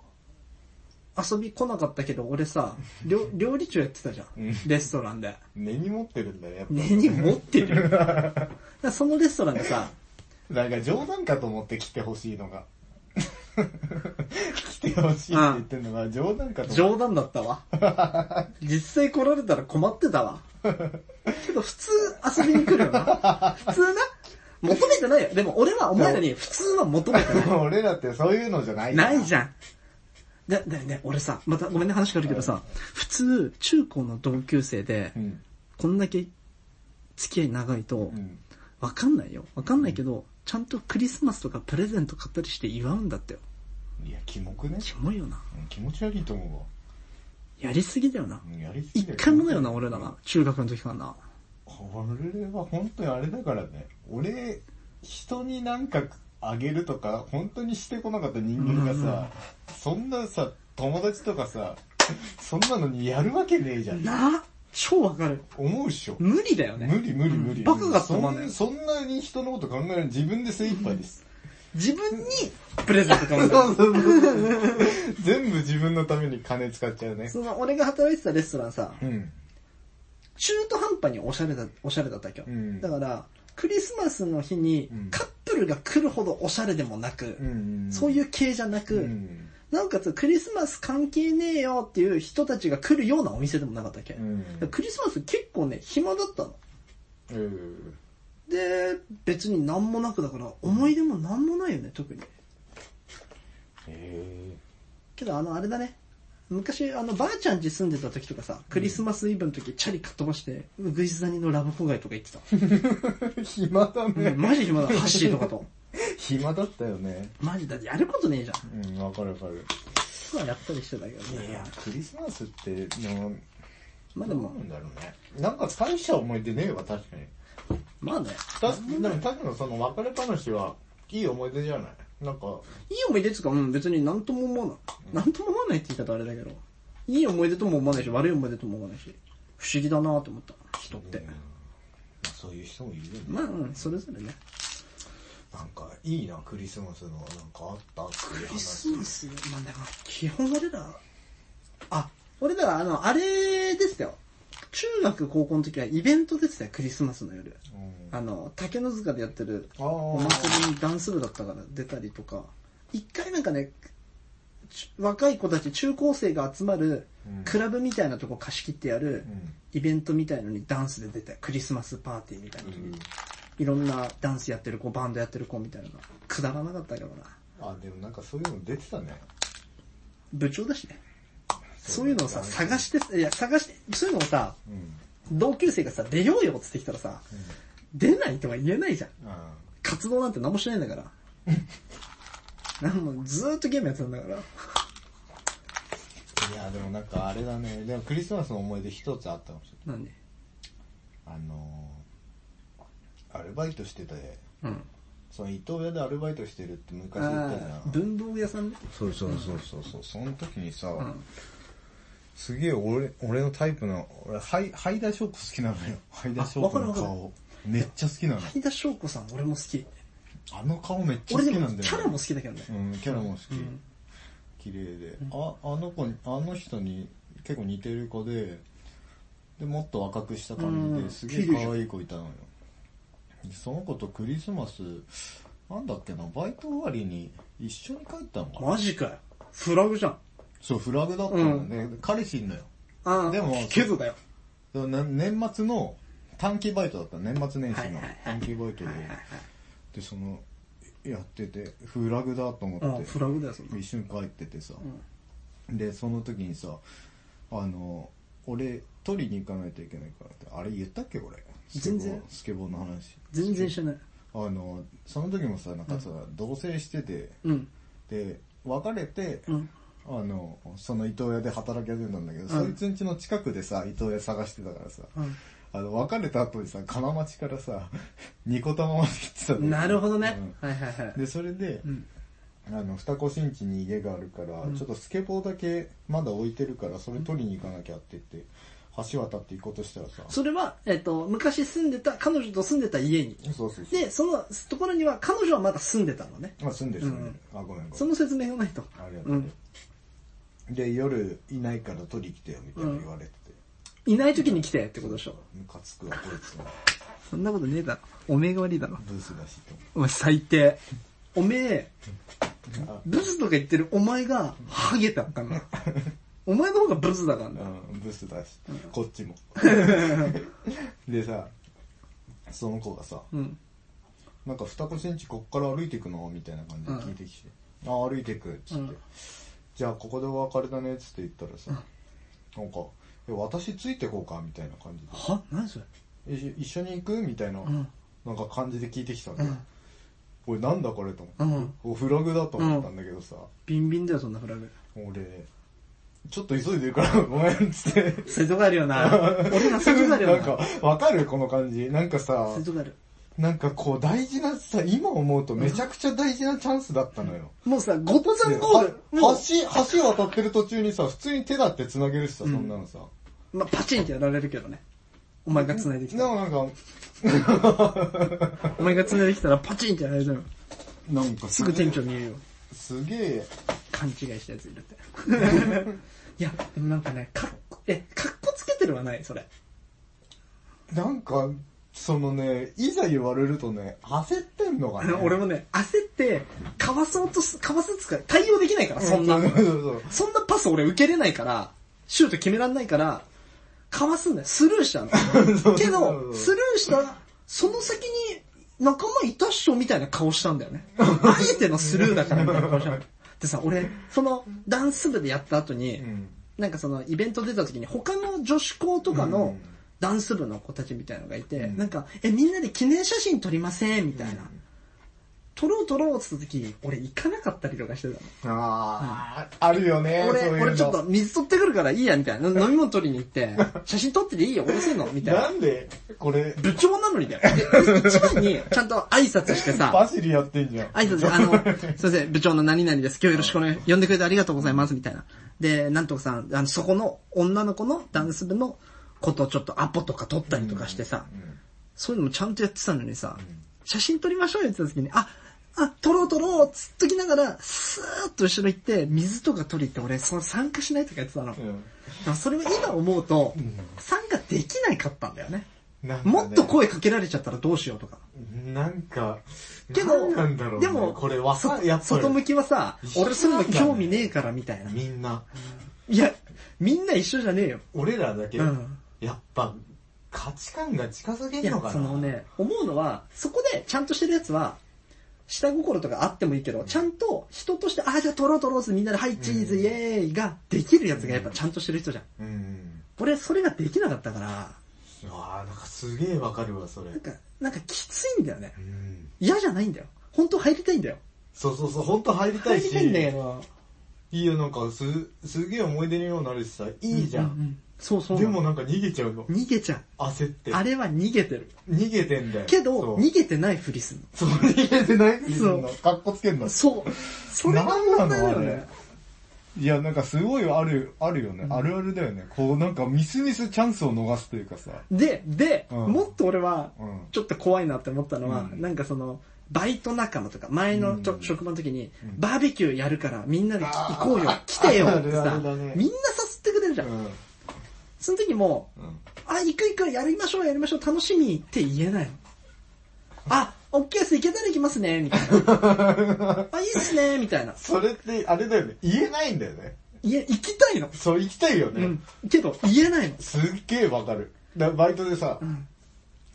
Speaker 1: 遊び来なかったけど、俺さ、 料料理長やってたじゃん。レストランで。
Speaker 2: 根に持ってるんだよ、やっぱ。
Speaker 1: 根に持ってるよ。だ からそのレストランでさ、
Speaker 2: なんか冗談かと思って来てほしいのが。 来てほしいって言ってるのが冗談かと思って。
Speaker 1: 冗談だ ったわ。実際来られたら困ってたわ。けど普通遊びに来るよな。普通な求めてないよ。でも俺はお前らに普通は求めてな
Speaker 2: 俺らってそういうのじゃない
Speaker 1: い。ないじゃん。だ、だよね、俺さ、またごめんね話変わるけどさ、普通中高の同級生で
Speaker 2: う、ん。
Speaker 1: こんだけ付き合い長いと
Speaker 2: う、ん。
Speaker 1: わかんないよ。わかんないけど、ちゃんとクリスマスとかプレゼント買ったりして祝うんだってよ。
Speaker 2: いや、キモくね。
Speaker 1: キモいよな。
Speaker 2: うん気持ち悪いと思うわ
Speaker 1: やりすぎだよな。
Speaker 2: うん。やりすぎだ
Speaker 1: 一
Speaker 2: よ
Speaker 1: 回もないよな、俺らな。中学の時からな。
Speaker 2: 俺は本当にあれだからね。俺、人になんかあげるとか、本当にしてこなかった人間がさ、そんなさ、友達とかさ、そんなのにやるわけねえじゃん。
Speaker 1: なあ超わかる。
Speaker 2: 思うっしょ。
Speaker 1: 無理だよね。
Speaker 2: 無理無理無理。
Speaker 1: バカが止まんない
Speaker 2: そんそんなに人のこと考えない。自分で精一杯です。
Speaker 1: 自分にプレゼント買うんだよ
Speaker 2: そうそうそう。全部自分のために金使っちゃうね。
Speaker 1: その俺が働いてたレストランさ、
Speaker 2: うん。
Speaker 1: 中途半端におしゃれだ、おしゃれだったわけよ。
Speaker 2: うん
Speaker 1: だから、クリスマスの日に
Speaker 2: うん
Speaker 1: カップルが来るほどおしゃれでもなく、
Speaker 2: うん。
Speaker 1: そういう系じゃなく、
Speaker 2: うん。
Speaker 1: なおかつクリスマス関係ねえよっていう人たちが来るようなお店でもなかったわけ。
Speaker 2: うん。
Speaker 1: だからクリスマス結構ね、暇だったの。
Speaker 2: うん。
Speaker 1: で、別になんもなくだから、思い出もなんもないよね、特に。
Speaker 2: え
Speaker 1: けどあのあれだね昔あのばあちゃん家住んでた時とかさクリスマスイブの時チャリかっ飛ばしてうぐいす谷のラブホ街とか行ってた、
Speaker 2: ー。 暇だ
Speaker 1: うん、
Speaker 2: ね。
Speaker 1: マジ暇だハッシーとか と
Speaker 2: 暇だったよね。
Speaker 1: マジだやることねえじゃん
Speaker 2: うん、わかるわかる。
Speaker 1: とかやったりしてたけどね
Speaker 2: いや、クリスマスって、の、
Speaker 1: まあでも
Speaker 2: なんだろうね。なんか大した思い出ねえわ、確かに。
Speaker 1: まあね
Speaker 2: た、でも、ただのその別れ話は、いい思い出じゃないなんか、
Speaker 1: いい思い出っつうか、うん、別になんとも思わない。なんとも思わないって言い方あれだけど、いい思い出とも思わないし、悪い思い出とも思わないし、不思議だなと思った、人って。
Speaker 2: そういう人もいるよね。
Speaker 1: まあ、うん、それぞれね。
Speaker 2: なんか、いいな、クリスマスの、なんかあったっていう話。
Speaker 1: クリスマスまあでも、基本俺ら、あ、俺ら、あの、あれでしたよ。中学高校の時はイベント出てたよ、クリスマスの夜。
Speaker 2: うん
Speaker 1: あの、竹の塚でやってる
Speaker 2: あー
Speaker 1: お祭りにダンス部だったから出たりとか、一回なんかね、ち若い子たち、中高生が集まる
Speaker 2: うん
Speaker 1: クラブみたいなとこ貸し切ってやる
Speaker 2: うん
Speaker 1: イベントみたいのにダンスで出たよクリスマスパーティーみたいな時に、
Speaker 2: うん
Speaker 1: いろんなダンスやってる子、バンドやってる子みたいなのがくだらなかったけどな。
Speaker 2: あ、でもなんかそういうの出てたね。
Speaker 1: 部長だしね。そういうのをさ、探して、いや、探して、そういうのをさ、
Speaker 2: うん。
Speaker 1: 同級生がさ、出ようよっつってきたらさ、出ないとは言えないじゃん。
Speaker 2: あ
Speaker 1: 活動なんて何もしないんだ から。なんもずーっとゲームやってたんだから。
Speaker 2: ーいや、でもなんかあれだね。でもクリスマスの思い出一つあったかもしれ
Speaker 1: なんで
Speaker 2: ない。あのー、アルバイトしてて、
Speaker 1: うん。
Speaker 2: その伊東屋でアルバイトしてるって昔言ったじ
Speaker 1: あ
Speaker 2: ゃ
Speaker 1: あ、
Speaker 2: ん。
Speaker 1: 文房具屋さんね。
Speaker 2: そうそうそうそうそう。その時にさ、
Speaker 1: うん。
Speaker 2: すげえ俺、俺のタイプの、俺ハイ、ハイダーショーク好きなのよ。ハイダーショークの
Speaker 1: わかるわ
Speaker 2: 顔。めっちゃ好きなの。
Speaker 1: 飯田翔子さん俺も好き。
Speaker 2: あの顔めっちゃ好
Speaker 1: 俺
Speaker 2: き
Speaker 1: で
Speaker 2: な
Speaker 1: も
Speaker 2: んだよ
Speaker 1: キ
Speaker 2: ね。
Speaker 1: ャラも好きだけどね。
Speaker 2: うん、キャラも好き。
Speaker 1: うん
Speaker 2: 綺麗で。あ、あの子に、あの人に結構似てる子で、で、もっと若くした感
Speaker 1: う
Speaker 2: じで、
Speaker 1: ん
Speaker 2: すげえ可愛い子いたのよ。その子とクリスマス、なんだっけな、バイト終わりに一緒に帰ったのかな。
Speaker 1: マジかよ。フラグじゃん。
Speaker 2: そう、フラグだったのね。彼氏いんのよ。
Speaker 1: ああ、
Speaker 2: でも
Speaker 1: けどだよ。
Speaker 2: な年末の短期バイトだったの年末年始
Speaker 1: はい
Speaker 2: の
Speaker 1: はいはい
Speaker 2: 短期バイトで、で、その、やってて、フラグだと思
Speaker 1: あ
Speaker 2: っ
Speaker 1: あ、
Speaker 2: て。
Speaker 1: フラグだよ、そんな。
Speaker 2: 一緒に帰っててさ、でその時にさあの俺取りに行かないといけないからってあれ言ったっけ俺スケボ
Speaker 1: 全
Speaker 2: ー
Speaker 1: 然
Speaker 2: スケボーの話
Speaker 1: 全然知らない。
Speaker 2: あのその時もさなんかさ、同棲してて
Speaker 1: うん。
Speaker 2: で別れて、
Speaker 1: うん。
Speaker 2: あのその伊東屋で働き始めたんだけど、
Speaker 1: ん
Speaker 2: そいつん家の近くでさ伊東屋探してたからさ、
Speaker 1: うん
Speaker 2: あの別れた後にさ金町からさ 二子玉まで行ってたんだよ
Speaker 1: なるほどね
Speaker 2: うん。
Speaker 1: はいはいはい。
Speaker 2: でそれで、あの二越新地に家があるから、ちょっとスケボーだけまだ置いてるからそれ取りに行かなきゃって言って橋渡って行こうとしたらさ
Speaker 1: それは、えっ、と、昔住んでた、彼女と住んでた家に。
Speaker 2: そうそうそう、
Speaker 1: で、そのところには彼女はまだ住んでたのね。
Speaker 2: まあ、住んでるね、
Speaker 1: う
Speaker 2: あごめんごめん
Speaker 1: その説明がないと。
Speaker 2: ありがとう、
Speaker 1: うん。
Speaker 2: で夜いないから取り来てよみたいな言われてて、
Speaker 1: いない時に来てってことでしょ。
Speaker 2: ムカつくわこいつの
Speaker 1: そんなことねえだろ。おめえが悪いだろ。
Speaker 2: ブースだしと思
Speaker 1: お前最低。おめえ
Speaker 2: あ、
Speaker 1: ブスとか言ってるお前がハゲたんか な。お前の方がブスだからな。
Speaker 2: ってうんブスだし、こっち もでさその子がさ、
Speaker 1: うん。
Speaker 2: なんか二越んちこっから歩いてくのみたいな感じで聞いてきて、あ歩いてくっつっ
Speaker 1: う
Speaker 2: て、
Speaker 1: ん
Speaker 2: じゃあここでお別れだねっつって言ったらさ、なんかえ私ついてこうかみたいな感じ
Speaker 1: は何それ
Speaker 2: でい一緒に行くみたいな、
Speaker 1: ん
Speaker 2: なんか感じで聞いてきたんだよ、俺なんだこれと思って、
Speaker 1: うん
Speaker 2: おフラグだと思ったんだけどさ、
Speaker 1: ビンビンだよ、そんなフラ グ。
Speaker 2: 俺ちょっと急いでるからごめんっつって
Speaker 1: そういうとこあるよな。俺がそういうとこあるよ
Speaker 2: な
Speaker 1: な。
Speaker 2: んか、わかるこの感じ。なんかさ
Speaker 1: そういう、とこある。
Speaker 2: なんかこう大事なさ、今思うとめちゃくちゃ大事なチャンスだったのよ。
Speaker 1: もうさ、ゴッツンゴー
Speaker 2: は
Speaker 1: ル。もう、
Speaker 2: 橋、橋渡ってる途中にさ、普通に手だって繋げるしさ、そんなのさ。
Speaker 1: まあ、パチンってやられるけどね。お前が繋いでき
Speaker 2: で
Speaker 1: た。
Speaker 2: もなんか、
Speaker 1: お前が繋いできたらパチンってやられるよ。
Speaker 2: なんか
Speaker 1: すぐ店長に言うよ。
Speaker 2: すげえ、
Speaker 1: 勘違いしたやついるって。いや、でもなんかね、かっこ、え、かっこつけてるはない、それ。
Speaker 2: なんか、そのね、いざ言われるとね、焦ってんのか
Speaker 1: あ
Speaker 2: ね。
Speaker 1: の 俺もね、焦って、かわそうとす、かわすつか、対応できないから、そんな
Speaker 2: そう。 そうそう
Speaker 1: そんなパス俺受けれないから、シュート決めらんないから、かわすんだよ。スルーした の。けど、スルーしたら、その先に仲間いたっしょみたいな顔したんだよね。あえてのスルーだからみたいな顔 したの。でさ、俺、そのダンス部でやった後に、
Speaker 2: うん。
Speaker 1: なんかそのイベント出た時に他の女子校とか
Speaker 2: う
Speaker 1: の
Speaker 2: ん
Speaker 1: ダンス部の子たちみたいのがいて、
Speaker 2: ん
Speaker 1: なんか、え、みんなで記念写真撮りませんみたいな。取ろう取ろうって言った時、俺行かなかったりとかしてたの。
Speaker 2: あー、あるよね、そう
Speaker 1: 俺、
Speaker 2: いうの。
Speaker 1: 俺ちょっと水取ってくるからいいや、みた いな。飲み物取りに行って、写真撮ってていいよ、俺せんの、みたい
Speaker 2: な
Speaker 1: な。
Speaker 2: んで、これ、
Speaker 1: 部長なのにだよ。で一番に、ちゃんと挨拶して
Speaker 2: バ
Speaker 1: さ、
Speaker 2: シリやってんじゃん。
Speaker 1: 挨拶、あの、すいません、部長の何々です。今日よろしくお願い、呼んでくれてありがとうございます、みたいな。で、なんとかさん、あの、そこの女の子のダンス部のことをちょっとアポとか撮ったりとかしてさ、そういうのもちゃんとやってたのにさ、写真撮りましょうよって言った時に、あ、あ、撮ろう撮ろうっつっときながら、スーッと後ろ行って、水とか取り行って、俺、その参加しないとかやってたの。
Speaker 2: うん
Speaker 1: でもそれを今思うと、参加できないかったんだよね。
Speaker 2: なんかね
Speaker 1: もっと声かけられちゃったらどうしようとか。
Speaker 2: なんか、
Speaker 1: けど、
Speaker 2: なんなんだろうね、
Speaker 1: でも、
Speaker 2: これわ
Speaker 1: そ
Speaker 2: かやっぱ
Speaker 1: 外向
Speaker 2: り、
Speaker 1: きはさ、俺そういうの興味ねえからみたいな。
Speaker 2: みんな、
Speaker 1: いや、みんな一緒じゃねえよ。
Speaker 2: 俺らだけ、
Speaker 1: うん
Speaker 2: やっぱ、価値観が近すぎ
Speaker 1: い
Speaker 2: ん
Speaker 1: や
Speaker 2: のかな。
Speaker 1: そのね、思うのは、そこでちゃんとしてるやつは、下心とかあってもいいけど、ちゃんと人として、あ、じゃあ取ろう取ろうってみんなで、はい、チーズ、イエーイができるやつがやっぱちゃんとしてる人じゃん。
Speaker 2: うん。
Speaker 1: 俺、それができなかったから、
Speaker 2: うわーなんかすげえわかるわ、それ。
Speaker 1: なんか、なんかきついんだよね
Speaker 2: う。ん。
Speaker 1: 嫌じゃないんだよ。本当入りたいんだよ。
Speaker 2: そうそうそう、ほんと入りた
Speaker 1: 入
Speaker 2: い
Speaker 1: り
Speaker 2: し、
Speaker 1: たいんだけど。
Speaker 2: いいよ、なんかす、すげえ思い出のようになるしさ、いいじゃん。
Speaker 1: ううそうそう。
Speaker 2: でも、なんか逃げちゃうの。
Speaker 1: 逃げちゃ
Speaker 2: 焦って
Speaker 1: う。。あれは逃げてる。
Speaker 2: 逃げてんだよ。
Speaker 1: け
Speaker 2: そ
Speaker 1: ど、
Speaker 2: う
Speaker 1: 逃げてないふりすん
Speaker 2: そう、逃げてないって
Speaker 1: そう
Speaker 2: の。かっこつけんの
Speaker 1: の。。そう。それが問題だよね。
Speaker 2: いや、なんかすごいある、あるよね。あるあるだよね。こう、なんかミスミスチャンスを逃すというかさ。
Speaker 1: で、で、
Speaker 2: うん
Speaker 1: もっと俺は
Speaker 2: うん、
Speaker 1: ちょっと怖いなって思ったのは、
Speaker 2: うん
Speaker 1: なんかその、バイト仲間とか、前のちょ、
Speaker 2: うん
Speaker 1: 職場の時に、バーベキューやるからみんなで行こうよ
Speaker 2: あ、ー
Speaker 1: 来てよ
Speaker 2: あ
Speaker 1: って
Speaker 2: るあ
Speaker 1: さ、
Speaker 2: るだね
Speaker 1: みんな誘ってくれるじゃん。
Speaker 2: うん。
Speaker 1: その時も、
Speaker 2: うん。
Speaker 1: あ、行く行く、やりましょうやりましょう、楽しみって言えないの。あ、オッケーです、行けたら行きますね、みたい な。あ、いいっすね、みたいな。
Speaker 2: それって、あれだよね。言えないんだよね。
Speaker 1: いえ、行きたいの。
Speaker 2: そう、行きたいよ
Speaker 1: う
Speaker 2: ね。
Speaker 1: ん。けど、言えないの。
Speaker 2: すっげえわかる。だバイトでさ、
Speaker 1: ん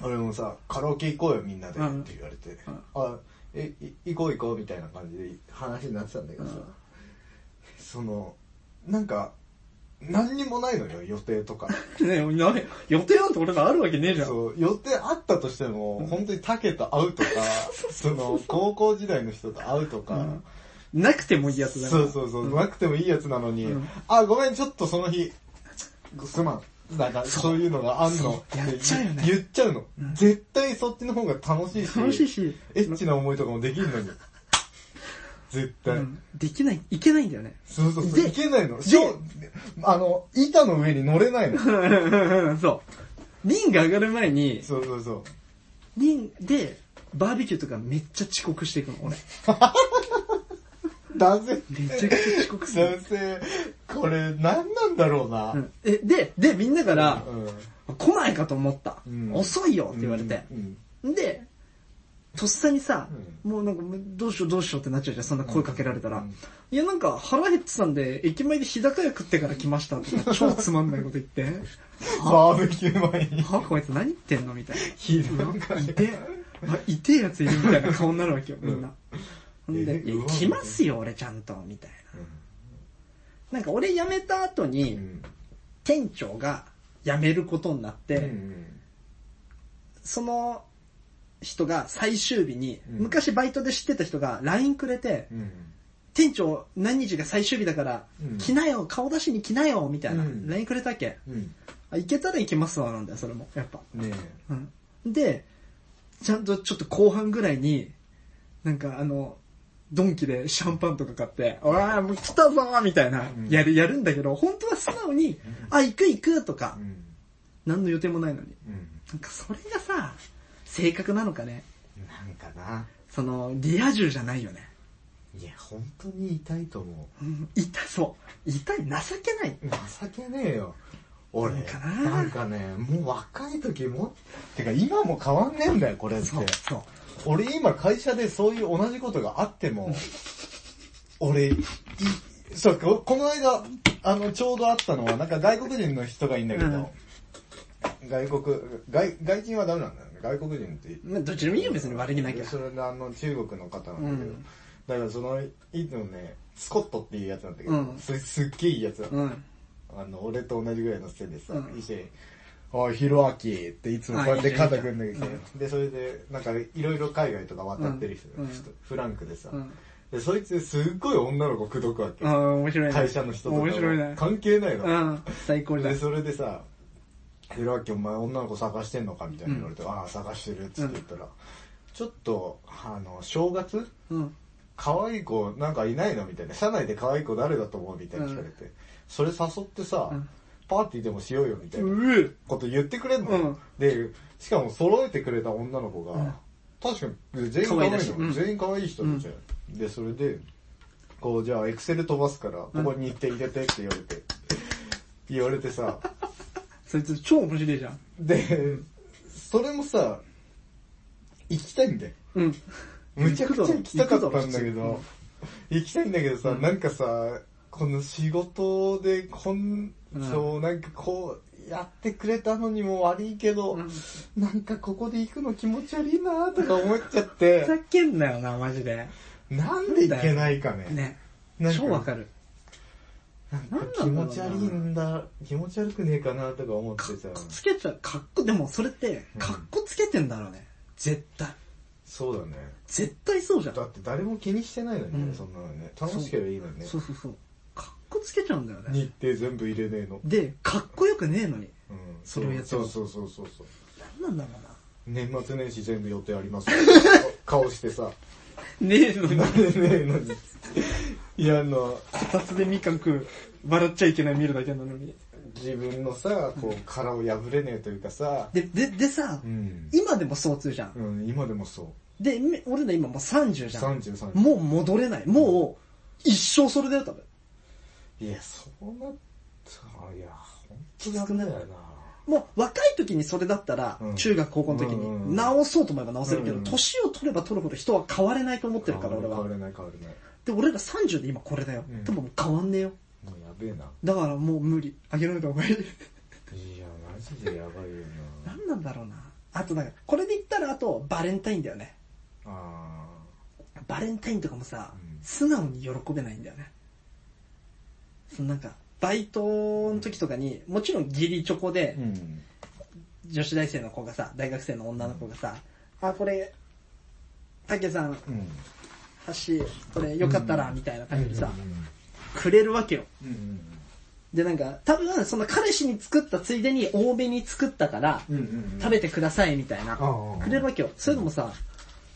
Speaker 2: 俺もさ、カラオケ行こうよみんなで
Speaker 1: うん
Speaker 2: って言われて、あ、え、い行こう行こうみたいな感じで話になってたんだけどさ、その、なんか、何にもないのよ、予定とか。
Speaker 1: ねえ、な予定なんて俺があるわけねえじゃん。
Speaker 2: そう、予定あったとしても、本当にタケと会う とか、その、高校時代の人と会うとか、
Speaker 1: なくてもいいやつだか
Speaker 2: そ
Speaker 1: ら。
Speaker 2: うそうそう、なくてもいいやつなのに、あ、ごめん、ちょっとその日、すまん。なんか、そういうのがあんの
Speaker 1: そうやっちゃうよね
Speaker 2: 言っちゃうの。絶対そっちの方が楽しいし、
Speaker 1: 楽しいし
Speaker 2: エッチな思いとかもできるのに。絶対。
Speaker 1: うんできない、いけないんだよね。
Speaker 2: そうそうそう、
Speaker 1: で
Speaker 2: いけないの。しょあの、板の上に乗 れないの。
Speaker 1: そう。リンが上がる前に、
Speaker 2: そうそうそう。
Speaker 1: リンで、バーベキューとかめっちゃ遅刻していくの、俺。
Speaker 2: 男性、
Speaker 1: めちゃくちゃ遅刻する
Speaker 2: 男。性、これ何なんだろうな。
Speaker 1: うんえ、で、で、みんなから、
Speaker 2: うん
Speaker 1: 来ないかと思った。
Speaker 2: うん
Speaker 1: 遅いよって言われて。
Speaker 2: うん
Speaker 1: で、とっさにさ、もうなんか、どうしようどうしようってなっちゃうじゃん、そんな声かけられたら。いや、なんか、腹減ってたんで、駅前で日高屋食ってから来ましたって、 超つまんないこと言って。
Speaker 2: バーベキュー前に。
Speaker 1: はこいつ何言ってんのみたいな。
Speaker 2: ひどい
Speaker 1: いて、あ、いてえやついるみたいな顔になるわけよ、みんな。ほんで、
Speaker 2: え
Speaker 1: いや来ますよ、俺ちゃんと、みたいな。なんか俺辞めた後
Speaker 2: う
Speaker 1: に、
Speaker 2: ん
Speaker 1: 店長が辞めることになって、その人が最終日に、
Speaker 2: ん
Speaker 1: 昔バイトで知ってた人が LINE くれて、店長何日が最終日だから、
Speaker 2: うん
Speaker 1: 来なよ、顔出しに来なよ、みたいな、
Speaker 2: うん
Speaker 1: LINE くれたっけあ、行けたら行きますわ、なんだよ、それも。やっぱ。
Speaker 2: ね
Speaker 1: うんで、ちゃんとちょっと後半ぐらいに、なんかあの、ドンキでシャンパンとか買って、おらもう来たぞーみたいな、やる、やるんだけど、本当は素直に、あ、行く行くとか
Speaker 2: え、
Speaker 1: 何の予定もないのに。
Speaker 2: うん
Speaker 1: なんかそれがさ、性格なのかね。
Speaker 2: なんかな
Speaker 1: その、リア充じゃないよね。
Speaker 2: いや本当に痛いと思
Speaker 1: うん痛そう。痛い、情けない。
Speaker 2: う情けねえよ俺
Speaker 1: なんかな
Speaker 2: なんかねもう若い時もてか今も変わんねえんだよこれって
Speaker 1: そう、そう。
Speaker 2: 俺今会社でそういう同じことがあっ ても俺いそうここの間あのちょうどあったのはなんか外国人の人がいいんだけど、外国外外人はダメなんだよね外国人って
Speaker 1: まあ、どっちでもいいよ、別に悪気ないけど
Speaker 2: そ。れであの中国の方なんだけど、
Speaker 1: うん
Speaker 2: だからそのいつもねスコットっていうやつなんだけど、
Speaker 1: うん
Speaker 2: それすっげえいいやつだ、
Speaker 1: うん。
Speaker 2: あの俺と同じぐらいの背でさ、
Speaker 1: うん
Speaker 2: 一緒におい、ひろあきっていつもこうやって肩組んできて、で、それで、なんか、いろいろ海外とか渡ってる人
Speaker 1: うん
Speaker 2: が、ちょっとフランクでさ、
Speaker 1: うん。
Speaker 2: で、そいつすっごい女の子口説くわけ
Speaker 1: あ。あ、面白いね。
Speaker 2: 会社の人とかは。
Speaker 1: 面白いね。
Speaker 2: 関係ないの。
Speaker 1: うん。最高だ
Speaker 2: で、。それでさ、ひろあきお前女の子探してんのかみたいに言われて、ああ、探してるっつって言ったら、ちょっと、あの、正月
Speaker 1: うん。
Speaker 2: 可愛い子なんかいないのみたいな。社内で可愛い子誰だと思うみたいに聞かれて、それ誘ってさ、
Speaker 1: うん
Speaker 2: パーティーでもしようよみたいな
Speaker 1: うえ
Speaker 2: こと言ってくれんのよ、
Speaker 1: うん
Speaker 2: で、しかも揃えてくれた女の子が、確かに全員可愛
Speaker 1: 可愛
Speaker 2: い
Speaker 1: い
Speaker 2: の
Speaker 1: らしいうん
Speaker 2: 全員可愛い人たちゃん。で、それで、こう、じゃあエクセル飛ばすから、ここに行って入れてって言われて、言われてさ、
Speaker 1: そいつ超面白いじゃん。
Speaker 2: で、それもさ、行きたいんだよ。
Speaker 1: うん。
Speaker 2: むちゃくちゃ行きたかったんだけ
Speaker 1: 行くだろ
Speaker 2: ど、行きたいんだけどさ、なんかさ、この仕事で、こん、
Speaker 1: うん
Speaker 2: そう、なんかこう、やってくれたのにも悪いけど、
Speaker 1: うん
Speaker 2: なんかここで行くの気持ち悪いなとか思っちゃって
Speaker 1: ふ、 ざけんなよな、マジで。
Speaker 2: なんで行けないかね。
Speaker 1: ね。
Speaker 2: なん
Speaker 1: 超わかる。
Speaker 2: なんか気持ち悪いんだ、気持ち悪くねえかなとか思ってさ、
Speaker 1: つけちゃう、かっこ、でもそれって、かっこつけてんだろうね。絶対。
Speaker 2: そうだね。
Speaker 1: 絶対そうじゃん。
Speaker 2: だって誰も気にしてないのにね、
Speaker 1: うん
Speaker 2: そんなのね。楽しければいいのにね。
Speaker 1: そうそうそう。かっこつけちゃうんだよね。
Speaker 2: 日程全部入れねえの。
Speaker 1: で、かっこよくねえのに。
Speaker 2: うん、
Speaker 1: それをやって
Speaker 2: そ
Speaker 1: も
Speaker 2: うそうそうそうそう。
Speaker 1: なんなんだろう
Speaker 2: 年末年始全部予定あり ます。顔してさ。
Speaker 1: な。ねえの
Speaker 2: なんでねえのに。いや、あの、
Speaker 1: 二つでみかん食う。笑っちゃいけない見るだけなのに。
Speaker 2: 自分のさ、こう、殻を破れねえというかさ。
Speaker 1: で、で、でさ、
Speaker 2: うん。
Speaker 1: 今でもそう通じゃん。
Speaker 2: うん、今でもそ
Speaker 1: で、め俺ら今もう30
Speaker 2: う。
Speaker 1: じゃん。
Speaker 2: 33。
Speaker 1: もう戻れない。もう、一生それだよ、多分。
Speaker 2: いや、そうなったら、いや、本当だめだよな。
Speaker 1: もう若い時にそれだったら、
Speaker 2: うん
Speaker 1: 中学高校の時
Speaker 2: うんうんう
Speaker 1: に
Speaker 2: ん
Speaker 1: 直そうと思えば直せるけど、
Speaker 2: うんうん
Speaker 1: 年を取れば取るほど人は変われないと思ってるから俺
Speaker 2: 変わ
Speaker 1: は。
Speaker 2: れない変われない。
Speaker 1: で、俺ら30で今これだよ。
Speaker 2: うん
Speaker 1: でももう変わんねえよ。
Speaker 2: もうやべえな。
Speaker 1: だからもう無理。諦めた方がい い。
Speaker 2: いや、マジでやばいよな。
Speaker 1: 何なんだろうな。あとなんか、これで言ったらあと、バレンタインだよね。
Speaker 2: あ
Speaker 1: バレンタインとかもさ、
Speaker 2: うん
Speaker 1: 素直に喜べないんだよね。そのなんか、バイトの時とかに、もちろん義理チョコで
Speaker 2: ー。、ん。
Speaker 1: 女子大生の子がさ、大学生の女の子がさ、あ、これ、竹さん、
Speaker 2: うん。
Speaker 1: 橋、これよかったら、みたいな感じでさ、
Speaker 2: う
Speaker 1: くれるわけよ。
Speaker 2: ん。うん。
Speaker 1: で、なんか、多分、その彼氏に作ったついでに多めに作ったから、
Speaker 2: うん。うん。
Speaker 1: 食べてください、みたいな。
Speaker 2: ああ
Speaker 1: くれるわけよ。そういうのもさ、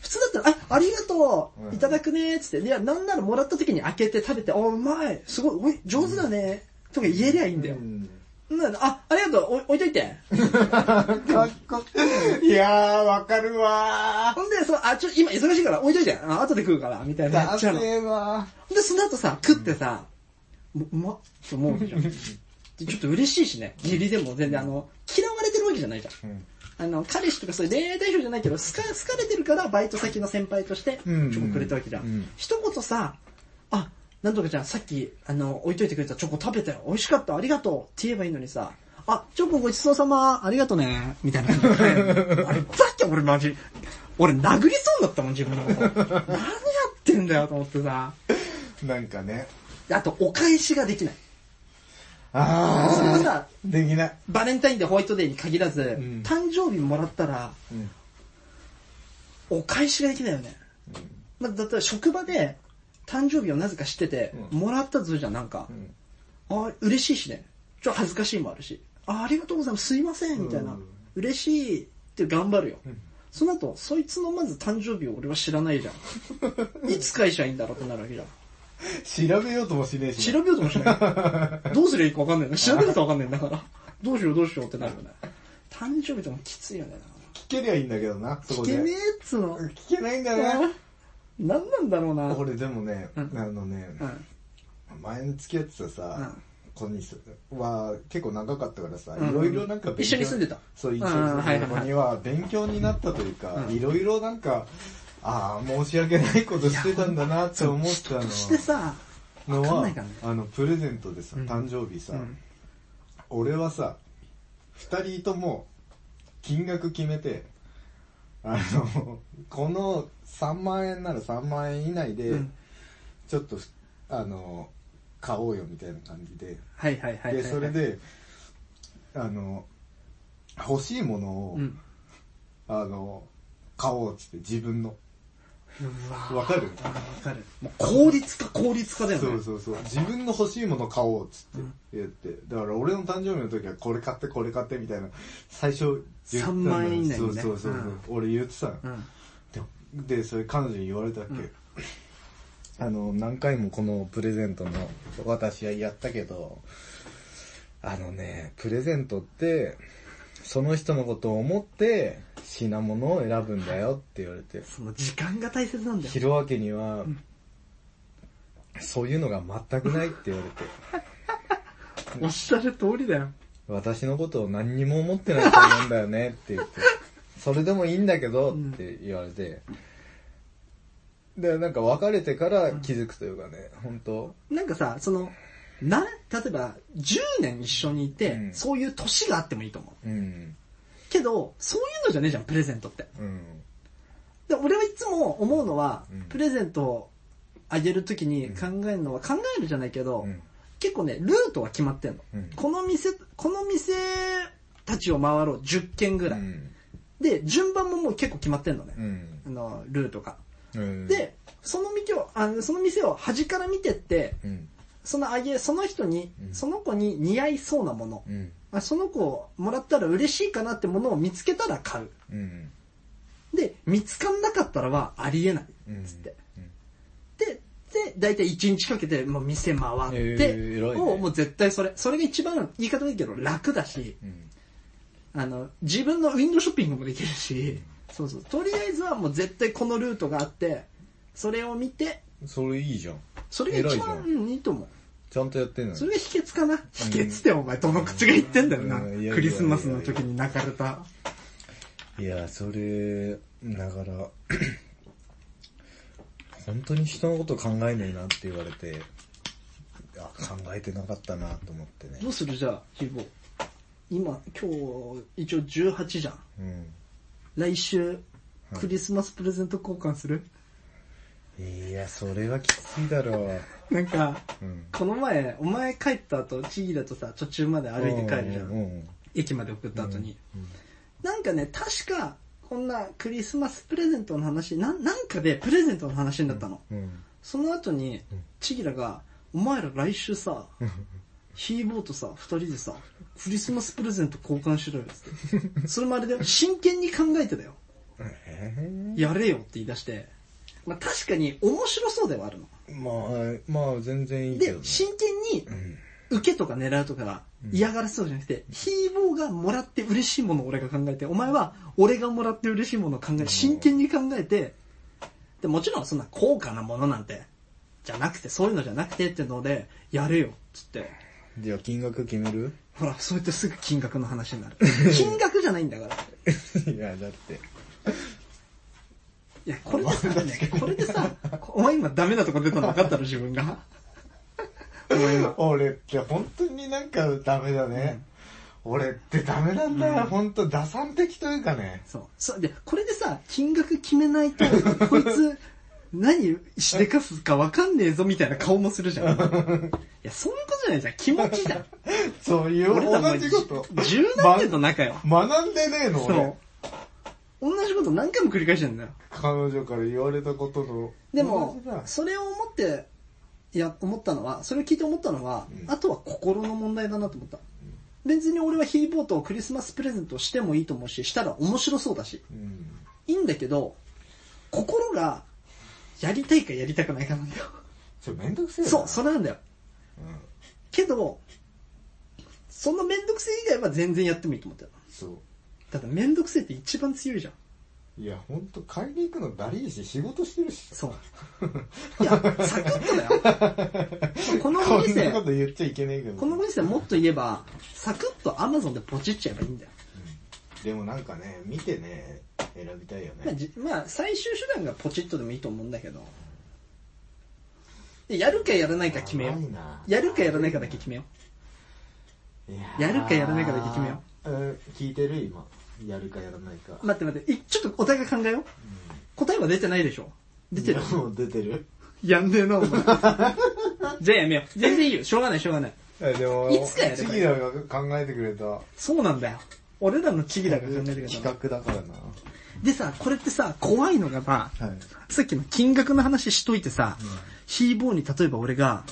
Speaker 1: 普通だったら、あ、ありがと
Speaker 2: う
Speaker 1: う、
Speaker 2: ん
Speaker 1: いただくねーつって、いや、なんならもらった時に開けて食べて、あ、うまい、すごい、おい、上手だねとか言えりゃいいんだよ。なんだあ、ありがとう、お置いとい て。
Speaker 2: かっこいい。いやー、わかるわ
Speaker 1: ほんで、その、あ、ちょ、今忙しいから置いといて。あ、後で食うから、みたい
Speaker 2: ー。
Speaker 1: な。やっ
Speaker 2: だ
Speaker 1: ちゃうの。
Speaker 2: せーわ
Speaker 1: で、その後さ、食ってさ、もうまっと 思うじゃん。でちょっと嬉しいしね。義理でも全然あの、嫌われてるわけじゃないじゃん。
Speaker 2: ん
Speaker 1: あの、彼氏とかそういう恋愛対象じゃないけど、好か好かれてるから、バイト先の先輩として、チ
Speaker 2: うん
Speaker 1: ョコくれたわけじゃん。
Speaker 2: うん
Speaker 1: 一言さ、あ、なんとかじゃん、さっき、あの、置いといてくれたチョコ食べたよ。美味しかった、ありがとう。って言えばいいのにさ、あ、チョコごちそうさま、ありがとね。みた いな感じで。あれ、だって俺マジ、俺殴りそうになったもん、自分のこと。何やってんだよ、と思ってさ。
Speaker 2: ー。なんかね。
Speaker 1: あと、お返しができない。
Speaker 2: あ
Speaker 1: それはさ、
Speaker 2: ー。できない。
Speaker 1: バレンタインでホワイトデーに限らず、
Speaker 2: ん
Speaker 1: 誕生日もらったら、
Speaker 2: うん
Speaker 1: お返しができないよね。まあ、だったら職場で、誕生日をなぜか知ってて、
Speaker 2: うん
Speaker 1: もらったとするじゃん、なんか。
Speaker 2: ん
Speaker 1: ああ、嬉しいしね。ちょっと恥ずかしいもあるし。ああ、ありがとうございます、すいません、みたいな。
Speaker 2: うん
Speaker 1: 嬉しいって頑張るよ。その後、そいつのまず誕生日を俺は知らないじゃ ん。いつ返しゃいいんだろうってなるわけじゃん。
Speaker 2: 調べようともしねえし
Speaker 1: 調
Speaker 2: な。
Speaker 1: べようともし ない。どうすりゃいいかわかんないの。調べ方わかんないんだから。どうしようどうしようってなるよね。誕生日とかもきついよね。
Speaker 2: 聞けりゃいいんだけどな、そこ
Speaker 1: 聞
Speaker 2: で。
Speaker 1: けねえっつうの。
Speaker 2: 聞けないんだよね。
Speaker 1: 何なんだろうな。うん。
Speaker 2: 俺でもね、あ
Speaker 1: うん
Speaker 2: のね、前に付き合ってたさ
Speaker 1: うん、
Speaker 2: 子にすは結構長かったからさ、
Speaker 1: うん
Speaker 2: いろいろなんか勉強
Speaker 1: 一緒に住んでた
Speaker 2: そう、一緒に
Speaker 1: うんうんは
Speaker 2: 住
Speaker 1: いは
Speaker 2: ん
Speaker 1: い
Speaker 2: でた
Speaker 1: はい
Speaker 2: 子には勉強になったというか、
Speaker 1: うん
Speaker 2: いろいろなんか、ああ、申し訳ないことしてたんだなって思ったの
Speaker 1: そしてさ、
Speaker 2: の
Speaker 1: わかん
Speaker 2: は
Speaker 1: ないからね、
Speaker 2: あの、プレゼントでさ、
Speaker 1: うん
Speaker 2: 誕生日さ、
Speaker 1: うん
Speaker 2: 俺はさ、二人とも金額決めて、あの、 この3万円なら3万円以内で、
Speaker 1: うん
Speaker 2: ちょっと、あの、買おうよみたいな感じで、
Speaker 1: はいはいはいはい。
Speaker 2: で、それ。で、あの、欲しいものを、
Speaker 1: うん。
Speaker 2: あの、買おうっつって自分の。
Speaker 1: うわぁ
Speaker 2: わかる
Speaker 1: わかる。もう効率化効率化だよね。
Speaker 2: そうそうそう。自分の欲しいもの買おうっつって言って。だから俺の誕生日の時はこれ買ってこれ買ってみたいな。最初言ってたの
Speaker 1: 3万円以内
Speaker 2: そ
Speaker 1: に
Speaker 2: う
Speaker 1: ね
Speaker 2: そうそう。俺言ってたの。
Speaker 1: うん。
Speaker 2: ででそれ彼女に言われたっけ、
Speaker 1: うん
Speaker 2: あの何回もこのプレゼントの私はやったけどあのねプレゼントってその人のことを思って品物を選ぶんだよって言われて
Speaker 1: その時間が大切なんだよ。
Speaker 2: ひろあけには、そういうのが全くないって言われて
Speaker 1: おっしゃる通りだよ。
Speaker 2: 私のことを何にも思ってないと思うんだよねって 言って、それでもいいんだけどって言われて、で、なんか別れてから気づくというかね、本当
Speaker 1: なんかさ、その、な、例えば、10年一緒にいて、
Speaker 2: うん
Speaker 1: そういう年があってもいいと思う。
Speaker 2: うん、
Speaker 1: けど、そういうのじゃねえじゃん、プレゼントって。
Speaker 2: うん、
Speaker 1: で、俺はいつも思うのは、
Speaker 2: うん
Speaker 1: プレゼントをあげるときに考えるのは、考えるじゃないけど、
Speaker 2: うん、
Speaker 1: 結構ね、ルートは決まってんの。
Speaker 2: うん
Speaker 1: この店、この店たちを回ろう、10軒ぐ
Speaker 2: う
Speaker 1: らい。
Speaker 2: ん、
Speaker 1: で、順番ももう結構決まってんのね。
Speaker 2: うん、
Speaker 1: あの、ルートが。
Speaker 2: うん、
Speaker 1: で、その店を、あのその店を端から見てって、
Speaker 2: うん、
Speaker 1: そのあげ、その人に、
Speaker 2: うん
Speaker 1: その子に似合いそうなもの、
Speaker 2: うん、
Speaker 1: あその子もらったら嬉しいかなってものを見つけたら買う。
Speaker 2: うん、
Speaker 1: で、見つかんなかったらはありえない。
Speaker 2: うん、
Speaker 1: つって。で、で、だいたい1日かけて、もう店回って、
Speaker 2: えー偉いね
Speaker 1: もうもう絶対それ。それが一番言い方でいいけど楽だし、
Speaker 2: うん、
Speaker 1: あの、自分のウィンドウショッピングもできるし、そうそう。とりあえずはもう絶対このルートがあって、それを見て、
Speaker 2: それいいじゃん。
Speaker 1: それが一
Speaker 2: 偉
Speaker 1: 番
Speaker 2: いじ
Speaker 1: うんいいと思う。
Speaker 2: ちゃんとやってんのに
Speaker 1: それが秘訣かな。秘訣ってお前どの口が言ってんだよな。
Speaker 2: うんいやいやいやいや
Speaker 1: クリスマスの時に泣かれた。
Speaker 2: いや、それ、だから、 本当に人のこと考えねえなって言われて、あ、考えてなかったなと思ってね。
Speaker 1: どうするじゃあ、ヒーボー。今、今日、一応18じゃん。
Speaker 2: う
Speaker 1: 来週、クリスマスプレゼント交換する、
Speaker 2: ん。いや、それはきついだろ
Speaker 1: なんか、
Speaker 2: う。うん。
Speaker 1: この前、お前帰った後、チギだとさ、途中まで歩いて帰るじゃ。
Speaker 2: うんん。
Speaker 1: 駅まで送った後に。なんかね、確か、こんなクリスマスプレゼントの話、なんなんかでプレゼントの話になったの。
Speaker 2: うん。
Speaker 1: その後に、チギラが、お前ら来週さ、ヒーボーとさ、二人でさ、クリスマスプレゼント交換しろよ、つって。それもあれだよ、真剣に考えてだよ。
Speaker 2: え
Speaker 1: やれよって言い出して、まあ確かに面白そうではあるの。
Speaker 2: えまあ、まあ、全然いいけ
Speaker 1: で
Speaker 2: ど、ね。
Speaker 1: 真剣に、受けとか狙うとか、嫌がらせそうじゃなくて、ヒーボーがもらって嬉しいものを俺が考えて、お前は俺がもらって嬉しいものを考えて、真剣に考えて、で、もちろんそんな高価なものなんて、じゃなくて、そういうのじゃなくてっていうので、やれよ、つって。
Speaker 2: じゃあ、金額決める
Speaker 1: ほら、そうやってすぐ金額の話 になる。金額じゃないんだから。
Speaker 2: いや、だって。
Speaker 1: いや、これで さ、これでさ、お前今ダメなとこ出たの分かったの自分が。お前今。
Speaker 2: 俺って本当になんかダメだね。俺ってダメなんだよ、本当打算的というかね。
Speaker 1: そう。そう、で、これでさ、金額決めないと、 こいつ、何しでかすかわかんねえぞみたいな顔もするじ ゃん。いや、そういうことじゃないじゃん。気持ちじゃん。
Speaker 2: そういう、
Speaker 1: 俺らも
Speaker 2: 同
Speaker 1: う
Speaker 2: じこと。
Speaker 1: 十何年の仲よ。
Speaker 2: 学んでねえの
Speaker 1: そう
Speaker 2: 俺。。
Speaker 1: 同じこと何回も繰り返してんだよ。
Speaker 2: 彼女から言われたことの。
Speaker 1: でも
Speaker 2: 同じだ、
Speaker 1: それを思って、いや、思ったのは、それを聞いて思ったのは、あとは心の問題だなと思った。別に俺はヒーボートをクリスマスプレゼントしてもいいと思うし、したら面白そうだし。
Speaker 2: うん。
Speaker 1: いいんだけど、心が、やりたいかやりたくないかなんだよ。
Speaker 2: ちょ、めんどくせえな
Speaker 1: そう、それなんだよ。けど、そのめんどくせえ以外は全然やってもいいと思ったよ。
Speaker 2: そう。
Speaker 1: ただめんどくせえって一番強いじゃん。
Speaker 2: いや、ほんと、買いに行くのだりいし、仕事してるし。
Speaker 1: そう。いや、サクッとだよ。 このご
Speaker 2: こ
Speaker 1: 時
Speaker 2: んなこ
Speaker 1: 世、
Speaker 2: と言っちゃいけねえけど。
Speaker 1: このご時世もっと言えば、サクッとアマゾンでポチっちゃえばいいんだよ。
Speaker 2: でもなんかね、見てね、選びたいよ
Speaker 1: まあ
Speaker 2: ね。
Speaker 1: じ、まあ、最終手段がポチッとでもいいと思うんだけど。でやるかやらないか決めよ。
Speaker 2: 甘いうな
Speaker 1: やるかやらないかだけ決めよう。
Speaker 2: いー
Speaker 1: やるかやらないかだけ決めよ
Speaker 2: うん、聞いてる今。やるかやらないか。
Speaker 1: 待って待って、いちょっとお互い考えよう。答えは出てないでしょ出てる。
Speaker 2: もう出てる
Speaker 1: やんねえな、お 前。じゃあやめよう。全然いいよ。しょうがない、しょうがない。
Speaker 2: え、でも、
Speaker 1: いつかやればいい
Speaker 2: 次だが考えてくれた。
Speaker 1: そうなんだよ。俺らの地義だから考えてくだ
Speaker 2: 比
Speaker 1: さい。
Speaker 2: 較だからな。
Speaker 1: でさ、これってさ、怖いのがさ、
Speaker 2: はい。
Speaker 1: さっきの金額の話しといてさ、ヒーボーに例えば俺が、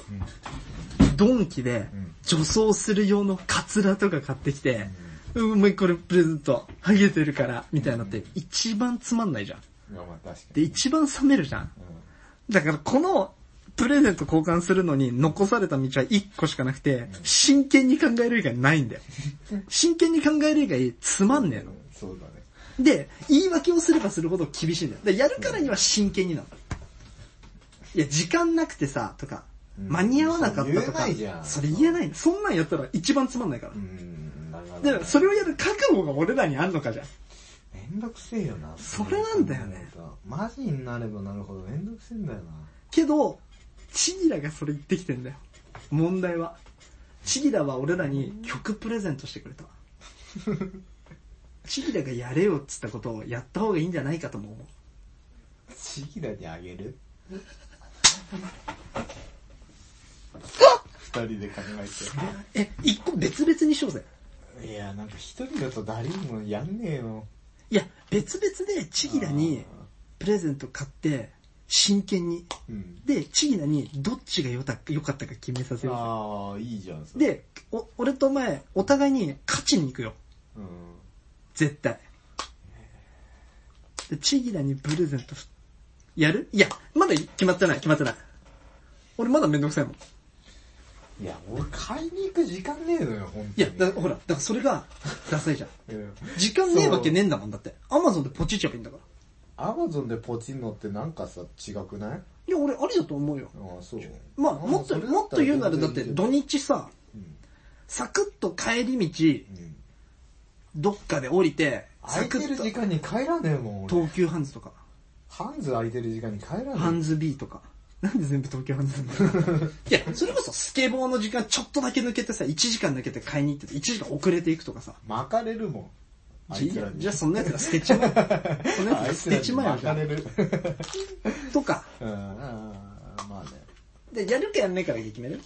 Speaker 1: ドンキで
Speaker 2: ん
Speaker 1: 女装する用のカツラとか買ってきて、うん、お前これプレゼント、ハゲてるから、みたいなのって一番つまんないじゃん。
Speaker 2: まあまあ確か
Speaker 1: で、
Speaker 2: に。
Speaker 1: 一番冷めるじゃん。だからこの、プレゼント交換するのに残された道は1個しかなくて、真剣に考える以外ないんだよ。真剣に考える以外つまんねえの。
Speaker 2: そうだね。
Speaker 1: で、言い訳をすればするほど厳しいんだよ。でやるからには真剣になる。いや、時間なくてさ、とか、
Speaker 2: うん
Speaker 1: 間に合わなかったとか
Speaker 2: それ言えないじゃ、ん
Speaker 1: それ言えないの。そんなんやったら一番つまんないから
Speaker 2: う。ん、なるほ
Speaker 1: だ
Speaker 2: ど
Speaker 1: か
Speaker 2: ね
Speaker 1: ら、それをやる覚悟が俺らにあんのかじゃん。
Speaker 2: めんどくせえよな。
Speaker 1: それなんだよね。
Speaker 2: マジになればなるほどめんどくせえんだよな。
Speaker 1: けど、チギラがそれ言ってきてんだよ。問題は。チギラは俺らに曲プレゼントしてくれた。チギラがやれよっつったことをやった方がいいんじゃないかとも思う。
Speaker 2: シギラにあげる二人で考え
Speaker 1: え、一個別々にしようぜ。
Speaker 2: て。いや、なんか一人だと誰にもやんねえの。
Speaker 1: いや、別々でチギラにプレゼント買って、真剣に。
Speaker 2: うん。
Speaker 1: で、チギラにどっちが良かった良かったか決めさせよ。
Speaker 2: ああ、いいじゃん、そうれ。
Speaker 1: で、お俺とお前、お互いに勝ちに行くよ。
Speaker 2: うん。
Speaker 1: 絶対。で、チギラにプレゼントしやるいや、まだ決まってない、決まってない。俺まだめんどくさいもん。
Speaker 2: いや、俺買いに行く時間ねえのよ、ほんと
Speaker 1: い
Speaker 2: に。
Speaker 1: や、だほら、だからそれが、ダサいじゃん。
Speaker 2: うん。
Speaker 1: 時間ねえわけねえんだもん、だって。アマゾンでポチっちゃえばいいんだから。
Speaker 2: アマゾンでポチんのってなんかさ、違くない
Speaker 1: いや、俺ありだと思うよ。
Speaker 2: ああ、そう。
Speaker 1: まあ、もっと、
Speaker 2: それ
Speaker 1: もっと言うなら、
Speaker 2: た
Speaker 1: だって土日さ、
Speaker 2: うん
Speaker 1: サクッと帰り道、
Speaker 2: うん。
Speaker 1: どっかで降りて、
Speaker 2: 空
Speaker 1: サ
Speaker 2: い
Speaker 1: ク
Speaker 2: てる時
Speaker 1: ッと、
Speaker 2: 間に帰らねえもん、俺。
Speaker 1: 東急ハンズとか、
Speaker 2: ハンズ空いてる時間に帰らねえ。
Speaker 1: ハンズ B とか。なんで全部東京ハンズなんだ いや、それこそスケボーの時間ちょっとだけ抜けてさ、1時間抜けて買いに行ってて、1時間遅れていくとかさ。
Speaker 2: 巻かれるもん。あい
Speaker 1: じ
Speaker 2: つ
Speaker 1: ゃ
Speaker 2: らに。
Speaker 1: じゃあそんなやつら捨て ちまえよ。そんなやつ
Speaker 2: あ
Speaker 1: ら
Speaker 2: いつ
Speaker 1: 捨
Speaker 2: ら
Speaker 1: て
Speaker 2: に
Speaker 1: ちまえよ、
Speaker 2: 巻
Speaker 1: じゃ
Speaker 2: か
Speaker 1: あ
Speaker 2: れ る。
Speaker 1: とか。
Speaker 2: うん、まあね。
Speaker 1: で、やるかやんないかだけ決める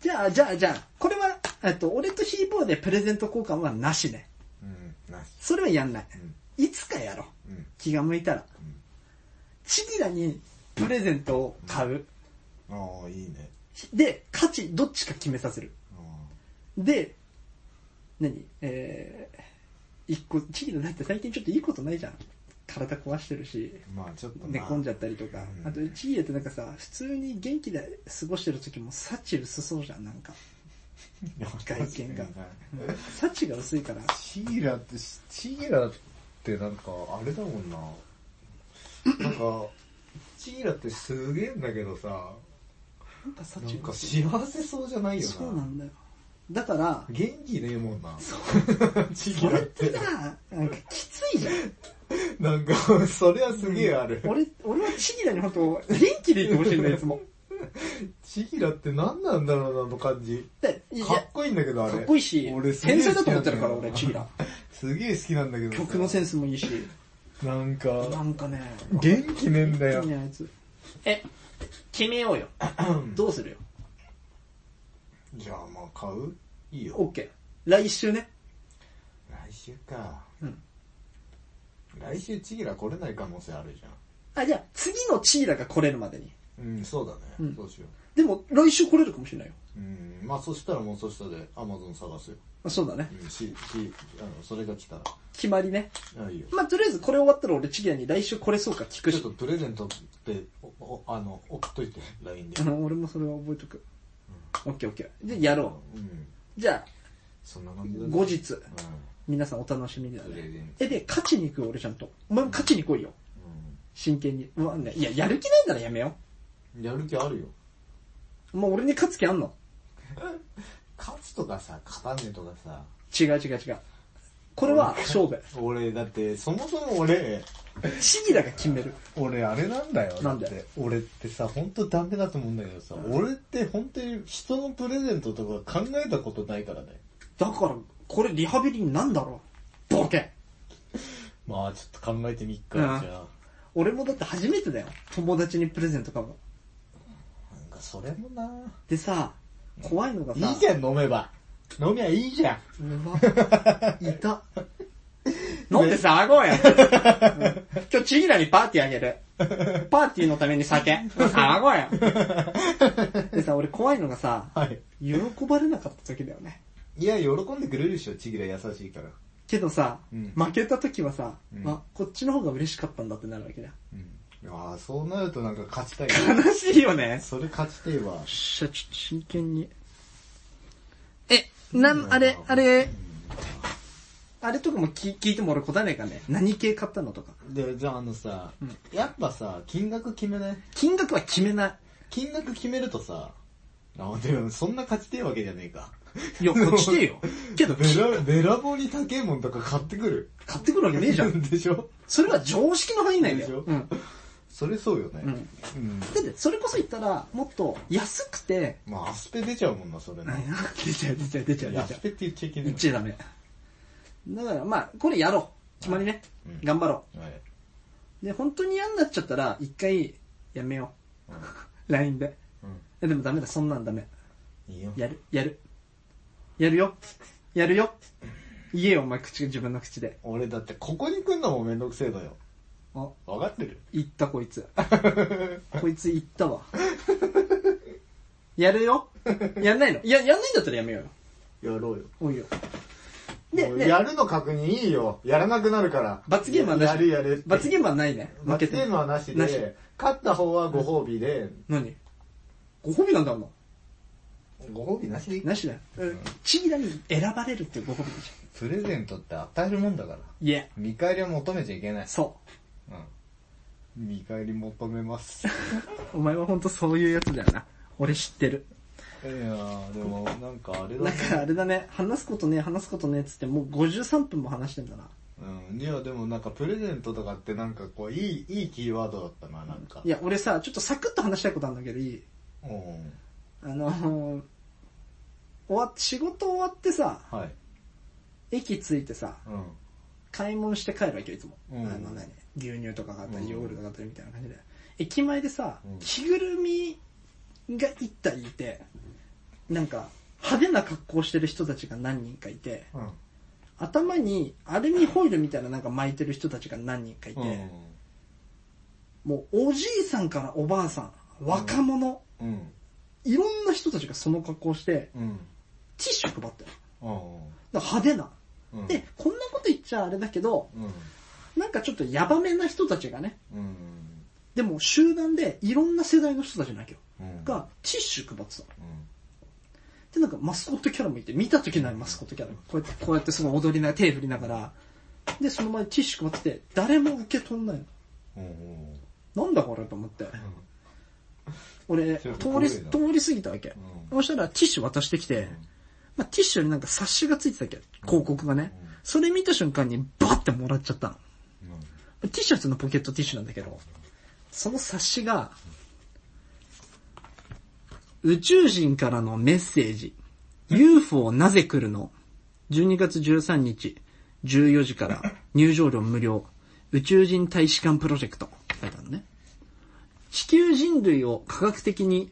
Speaker 1: じゃあ、じゃあ、じゃあ、これは、えっと、俺とヒーボーでプレゼント交換はなしね。
Speaker 2: うん、なし。
Speaker 1: それはやんない。
Speaker 2: う
Speaker 1: いつかやろう。
Speaker 2: うん。
Speaker 1: 気が向いたら。チギラにプレゼントを買う。
Speaker 2: ああ、いいね。
Speaker 1: で、価値、どっちか決めさせる。で、何えー、一個、チギラだって最近ちょっといいことないじゃん。体壊してるし。
Speaker 2: まあちょっと
Speaker 1: 寝込んじゃ
Speaker 2: ゃ
Speaker 1: ったりとか、
Speaker 2: うん
Speaker 1: あとチーレってなんかさ、普通に元気で過ごしてる時も幸薄そうじゃん、なんか。外見が。幸が薄いから、
Speaker 2: シーラって、シーラってなんか、あれだもんな。なんか、シーラってすげえんだけどさ、
Speaker 1: なんか幸
Speaker 2: なん
Speaker 1: が
Speaker 2: か
Speaker 1: 薄い。
Speaker 2: 幸せそうじゃないよな。
Speaker 1: そうなんだよ。だから、
Speaker 2: 元気ねえもんな。そう。 シ
Speaker 1: こ
Speaker 2: ーラ
Speaker 1: れっ
Speaker 2: ってて。
Speaker 1: さ、なんかきついじゃん。
Speaker 2: なんか、それはすげえある。
Speaker 1: 俺、俺はチギラに本当元気でいてほしいんだよ、いつも。
Speaker 2: シギラって何なんだろうな、あの感じ。
Speaker 1: でいや、
Speaker 2: か
Speaker 1: か
Speaker 2: っこいいんだけど、あれ。
Speaker 1: っこいいし、
Speaker 2: げえ
Speaker 1: 天才だと思ってるから、俺、
Speaker 2: 好きなんだよ
Speaker 1: チギラ。。
Speaker 2: すげえ好きなんだけどさ。
Speaker 1: 曲のセンスもいいし、
Speaker 2: なん
Speaker 1: な
Speaker 2: か、
Speaker 1: んかね、
Speaker 2: 元気ねえんだよ
Speaker 1: い。やあいつ。え、決めよ うよ。どうするよ。
Speaker 2: じゃあまあ買ういいよ。
Speaker 1: オッケー。来週ね。
Speaker 2: 来週か。
Speaker 1: うん
Speaker 2: 来週チギラ来れない可能性あるじ
Speaker 1: あ、じゃあ、次のチーラが来れるまでに。
Speaker 2: ゃん。うん、そうだね。
Speaker 1: うん
Speaker 2: そうしよ
Speaker 1: でも、来週来れるかもしれないよ。
Speaker 2: う。うん、まあそしたらもうそしたで Amazon 探すよ。
Speaker 1: あそうだね。
Speaker 2: うん、し、し、あの、それが来たら。
Speaker 1: 決まりね。
Speaker 2: あ、いいよ。
Speaker 1: まあ、とりあえずこれ終わったら俺チギラに来週来れそうか聞く
Speaker 2: ちょっ
Speaker 1: し
Speaker 2: と。プレゼントって、おおあの、送っといて、LINE で
Speaker 1: あ。の、俺もそれは覚えとく。オッケーオッケー。で、やろ
Speaker 2: うん。
Speaker 1: う。じゃあ、
Speaker 2: そんな感じだね。
Speaker 1: 後日、
Speaker 2: う
Speaker 1: 皆さんお楽しみだ
Speaker 2: プレゼ
Speaker 1: ね
Speaker 2: ン。
Speaker 1: え、で、勝ちに行くよ、俺ちゃんと。お前も勝ちに来いよ。
Speaker 2: ん。
Speaker 1: 真剣に。うわ、ね、いや、やる気ないならやめよ
Speaker 2: うん。やる気あるよ。
Speaker 1: う。もう俺に勝つ気あんの
Speaker 2: 勝つとかさ、勝たねえとかさ。
Speaker 1: 違う違う違う。これは勝負。
Speaker 2: 俺、だって、そもそも俺、
Speaker 1: チギラが決める。
Speaker 2: 俺あれなんだよ。
Speaker 1: なんで
Speaker 2: だって俺ってさ、ほんとダメだと思うんだけどさ、俺って本当に人のプレゼントとか考えたことないからね。
Speaker 1: だから、これリハビリになんだろう。ボケ。
Speaker 2: まあちょっと考えてみっか、
Speaker 1: うん
Speaker 2: じゃあ。
Speaker 1: 俺もだって初めてだよ。友達にプレゼントかも。
Speaker 2: なんかそれもな
Speaker 1: でさ、怖いのがさ、
Speaker 2: いいじゃん、飲めば。飲みゃいいじゃん。
Speaker 1: うわいた。
Speaker 8: 飲んで騒ごうや。今日チギラにパーティーあげる。パーティーのために酒。騒ごうや。
Speaker 1: でさ、俺怖いのがさ、
Speaker 2: はい。
Speaker 1: 喜ばれなかった時だよね。
Speaker 2: いや、喜んでくれるでしょ、ちぎら優しいから。
Speaker 1: けどさ、
Speaker 2: うん
Speaker 1: 負けた時はさ、
Speaker 2: うん
Speaker 1: あ、こっちの方が嬉しかったんだってなるわけだ。
Speaker 2: うん。ああ、そうなるとなんか勝ちたい な。
Speaker 8: 悲しいよね。
Speaker 2: それ勝ちてえわ。
Speaker 1: しゃ、ちょっと真剣に。え、なん、あれ、あれ、あれとかも聞聞いても俺答えないからね。何系買ったのとか。
Speaker 2: で、じゃああのさ、やっぱさ、金額決めない
Speaker 1: 金額は決めな
Speaker 2: 金額決めるとさ、あ、でもそんな勝ちてえわけじゃねえか。
Speaker 1: い。いや、こっちで よ。けど、
Speaker 2: べ
Speaker 1: き
Speaker 2: ら、べらぼうに高えもんとか買ってくる。
Speaker 1: 買ってくるわけねえじゃん。
Speaker 2: でしょ
Speaker 1: それは常識の範囲内だ
Speaker 2: でし
Speaker 1: よ
Speaker 2: ょ。
Speaker 1: うん。
Speaker 2: それそうよね。
Speaker 1: うん
Speaker 2: うん
Speaker 1: だって、それこそ言ったら、もっと安くて、
Speaker 2: まあ、アスペ出ちゃうもんな、そ れね。
Speaker 1: 出ちゃう、出ちゃう、出ちゃう、出
Speaker 2: ア
Speaker 1: ちゃ
Speaker 2: ス
Speaker 1: う。
Speaker 2: ペって言っちゃいけな
Speaker 1: 言
Speaker 2: い
Speaker 1: っ。ちゃダメ。だから、まあ、これやろう。決まりね。
Speaker 2: うん
Speaker 1: 頑張ろ
Speaker 2: はい。
Speaker 1: う。で、本当に嫌になっちゃったら、一回、やめよう。LINE で。えでもダメだ、そんなんダメ。
Speaker 2: うん。いいよ。
Speaker 1: やる、やる。やるよ。やるよ。言えよ、お前口、自分の口で。
Speaker 2: 俺だってここに来んのもめんどくせえのよ。
Speaker 1: あ、
Speaker 2: わかってる
Speaker 1: 言ったこい つ。こいつ言ったわ。やるよ。やんないのいや、やんないんだったらやめようよ。
Speaker 2: やろうよ。
Speaker 1: おいよ。で、
Speaker 2: もう
Speaker 1: ね、
Speaker 2: やるの確認いいよ。やらなくなるから。
Speaker 1: 罰ゲームはなし。
Speaker 2: やるやる。
Speaker 1: 罰ゲームはないね。負
Speaker 2: 罰
Speaker 1: け
Speaker 2: ゲ
Speaker 1: て。
Speaker 2: ームはなし
Speaker 1: なし
Speaker 2: で、勝った方はご褒美で、
Speaker 1: 何ご褒美なんだもん。
Speaker 2: ご褒美なしでいい
Speaker 1: なしだよ。チギラに選ばれるっていうご褒美でし
Speaker 2: プレゼントって与えるもんだから。
Speaker 1: ょ。いえ。
Speaker 2: 見返りを求めちゃいけない。
Speaker 1: そ。
Speaker 2: うん。見返り求め ます。いう
Speaker 1: お前はほんとそういうやつだよな。俺知ってる。
Speaker 2: やー、でもなんかあれだ
Speaker 1: な
Speaker 2: ね
Speaker 1: ん。かあれだね、話すことね、話すことね、つってもう53分も話してんだな。
Speaker 2: うん。いや、でもなんかプレゼントとかってなんかこう、いい、いいキーワードだったな、なんか。
Speaker 1: いや、俺さ、ちょっとサクッと話したいことあるんだけど、いい
Speaker 2: うん。
Speaker 1: あのー、終わっ、仕事終わってさ、
Speaker 2: はい。
Speaker 1: 駅着いてさ、
Speaker 2: うん。
Speaker 1: 買い物して帰るわけよ、いつも。
Speaker 2: うん
Speaker 1: あの、何牛乳とか買った
Speaker 2: うん
Speaker 1: り、ヨーグルト買ったりみたいな感じで。駅前でさ
Speaker 2: うん、
Speaker 1: 着ぐるみが一体いて、なんか、派手な格好してる人たちが何人かいて、
Speaker 2: うん。
Speaker 1: 頭にアルミホイルみたいななんか巻いてる人たちが何人かいて、もうおじいさんからおばあさん、若者、
Speaker 2: うん。
Speaker 1: いろんな人たちがその格好して、
Speaker 2: うん。
Speaker 1: ティッシュ配ってる。
Speaker 2: うん。
Speaker 1: だから派手な。
Speaker 2: うん。
Speaker 1: で、こんなこと言っちゃあれだけど、
Speaker 2: うん。
Speaker 1: なんかちょっとヤバめな人たちがね、
Speaker 2: うん。
Speaker 1: でも集団でいろんな世代の人たちなきゃ、
Speaker 2: うん。
Speaker 1: がティッシュ配ってたの。
Speaker 2: うん。
Speaker 1: で、なんかマスコットキャラもいて、見た時ないマスコットキャラ。こうやって、こうやってすごい踊りながら、手振りながら、で、その前にティッシュ配ってて、誰も受け取んないの。
Speaker 2: うん。
Speaker 1: なんだこれと思って。俺、
Speaker 2: そ
Speaker 1: 通
Speaker 2: れ怖い
Speaker 1: り、
Speaker 2: な
Speaker 1: 通り過ぎたわけ。そしたらティッシュ渡してきて、まあ、ティッシュになんか冊子がついてたっけ広告がね。それ見た瞬間にバッてもらっちゃったの。ティッシュは普通のポケットティッシュなんだけど、その冊子が、宇宙人からのメッセージ、UFO なぜ来るの ?12 月13日、14時から入場料無料、宇宙人大使館プロジェクト、書いてあるのね。地球人類を科学的に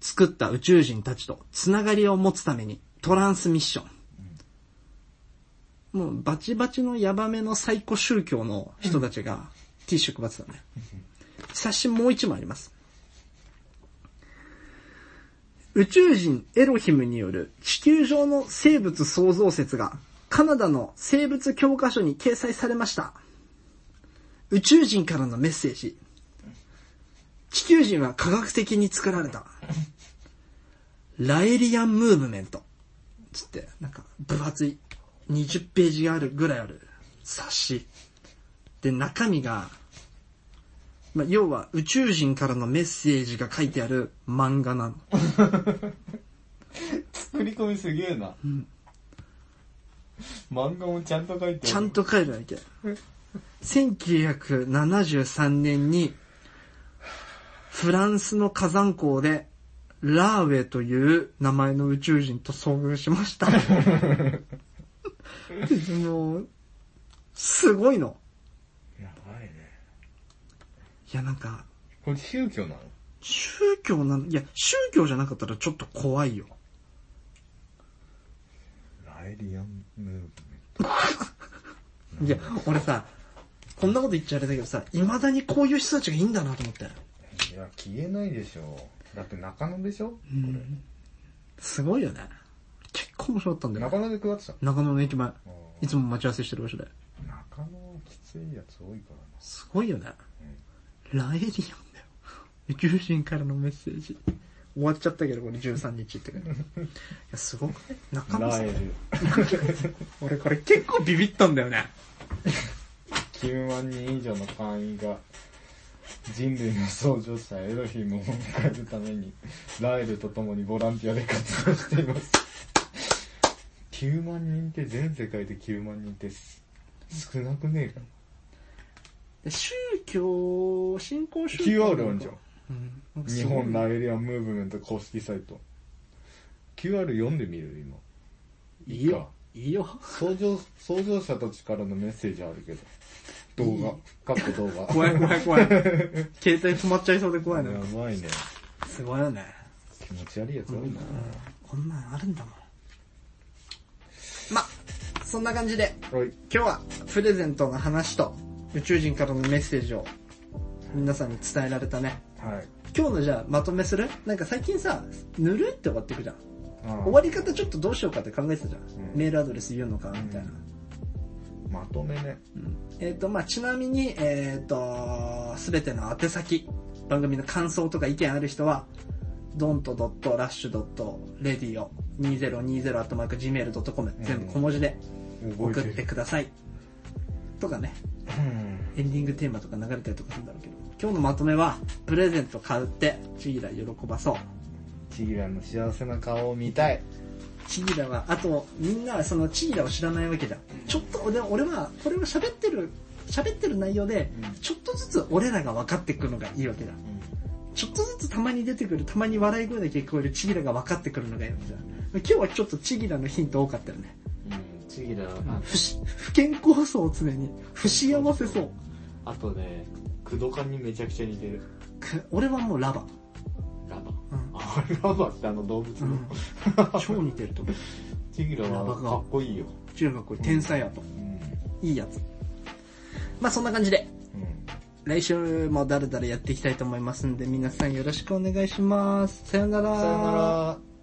Speaker 1: 作った宇宙人たちとつながりを持つためにトランスミッション。もうバチバチのヤバめの最古宗教の人たちがティッシュ配ってたね。冊子もう一枚あります。宇宙人エロヒムによる地球上の生物創造説がカナダの生物教科書に掲載されました。宇宙人からのメッセージ。地球人は科学的に作られた。ラエリアンムーブメント。つって、なんか、分厚い、20ページあるぐらいある冊子。で、中身が、まあ、要は宇宙人からのメッセージが書いてある漫画なの。
Speaker 2: 作り込みすげえな。漫画もちゃんと書いてある。
Speaker 1: ちゃん。と書いてあるわけ。1973年に、フランスの火山港で、ラーウェイという名前の宇宙人と遭遇しました。もう、すごいの。
Speaker 2: やばいね。
Speaker 1: いやなんか、
Speaker 2: これ宗教なの
Speaker 1: 宗教なん、いや、宗教じゃなかったらちょっと怖いよ。
Speaker 2: ライリアンムーブメン
Speaker 1: いや、俺さ、こんなこと言っちゃあれだけどさ、未だにこういう人たちがいいんだなと思って。
Speaker 2: ト。いや、消えないでしょ。だって中野でしょこ
Speaker 1: すごいよね。結構面白かったん
Speaker 2: れ。
Speaker 1: だよ。
Speaker 2: 中野で配ってたの
Speaker 1: 中野の駅前。いつも待ち合わせしてる場所で。
Speaker 2: 中野きついやつ多いからな。
Speaker 1: すごいよね。ラエリアンだよ。宇宙人からのメッセージ。終わっちゃったけど、これ13日 ってから。いや、すごくない中野
Speaker 2: ラ
Speaker 1: さ
Speaker 2: エ
Speaker 1: ん。
Speaker 2: ル。
Speaker 1: 俺これ結構ビビったんだよ ね。
Speaker 2: 9万人以上の会員が人類の創造者エロヒムを迎えるためにライルと共にボランティアで活動しています9万人って全世界で9万人ってす少なくねえか
Speaker 1: で宗教、信仰宗教。
Speaker 2: QR あるじゃん
Speaker 1: うん。なんか
Speaker 2: 日
Speaker 1: すごい
Speaker 2: 本ライリアンムーブメント公式サイト QR 読んでみる今
Speaker 1: いいよ。いいよ。
Speaker 2: 創造創造者たちからのメッセージあるけど動画かっこ動画
Speaker 1: 怖い怖い 怖い。携帯止まっちゃいそうで怖い
Speaker 2: や
Speaker 1: のよ。
Speaker 2: ばいね
Speaker 1: すごいよね。
Speaker 2: 気持ち悪いやつ多いな
Speaker 1: こんなんあるんだもん。ま、そんな感じで、
Speaker 2: はい
Speaker 1: 今日はプレゼントの話と宇宙人からのメッセージを皆さんに伝えられたね。
Speaker 2: はい
Speaker 1: 今日のじゃあまとめするなんか最近さ、ぬるいって終わっていくじゃん。
Speaker 2: 終
Speaker 1: 終わり方ちょっとどうしようかって考えてたじゃん。
Speaker 2: うん
Speaker 1: メールアドレス言うのかなみたいな。
Speaker 2: まとめね。
Speaker 1: えっ、と、まあ、ちなみに、えっ、と、すべての宛先、番組の感想とか意見ある人は、don't.rush.radio2020.gmail.com 全部小文字で送
Speaker 2: 覚
Speaker 1: っ
Speaker 2: えて
Speaker 1: て
Speaker 2: る。
Speaker 1: ください。とかね、
Speaker 2: うん。
Speaker 1: エンディングテーマとか流れたりとかするんだろうけど、今日のまとめは、プレゼント買うって、ちぎら喜ばそう。
Speaker 2: ちぎらの幸せな顔を見たい。
Speaker 1: チギラは、あと、みんなはそのチギラを知らないわけだ。ちょっと、でも俺は、これを喋ってる、喋ってる内容で、ちょっとずつ俺らが分かっていくのがいいわけだ。ちょっとずつたまに出てくる、たまに笑い声だけ聞こえるチギラが分かってくるのがいいわけだ。今日はちょっとチギラのヒント多かったよね。
Speaker 9: うん、ちぎら、あ
Speaker 1: 不し不健康そう常に。不幸せそう。
Speaker 9: あとね、クドカンにめちゃくちゃ似てる。
Speaker 1: く俺はもうラバ。
Speaker 9: ラバ。
Speaker 1: うん
Speaker 9: あ、ラバってあの動物の。
Speaker 1: 超似てると思う。
Speaker 9: ちぎら
Speaker 1: ラバ
Speaker 9: は
Speaker 1: が
Speaker 9: かっこいいよ。
Speaker 1: 中学これ天才やと。
Speaker 2: うん。
Speaker 1: いいやつ。まあそんな感じで。
Speaker 2: うん。
Speaker 1: 来週もだらだらやっていきたいと思いますんで、皆さんよろしくお願いします。さよなら。
Speaker 2: さよなら。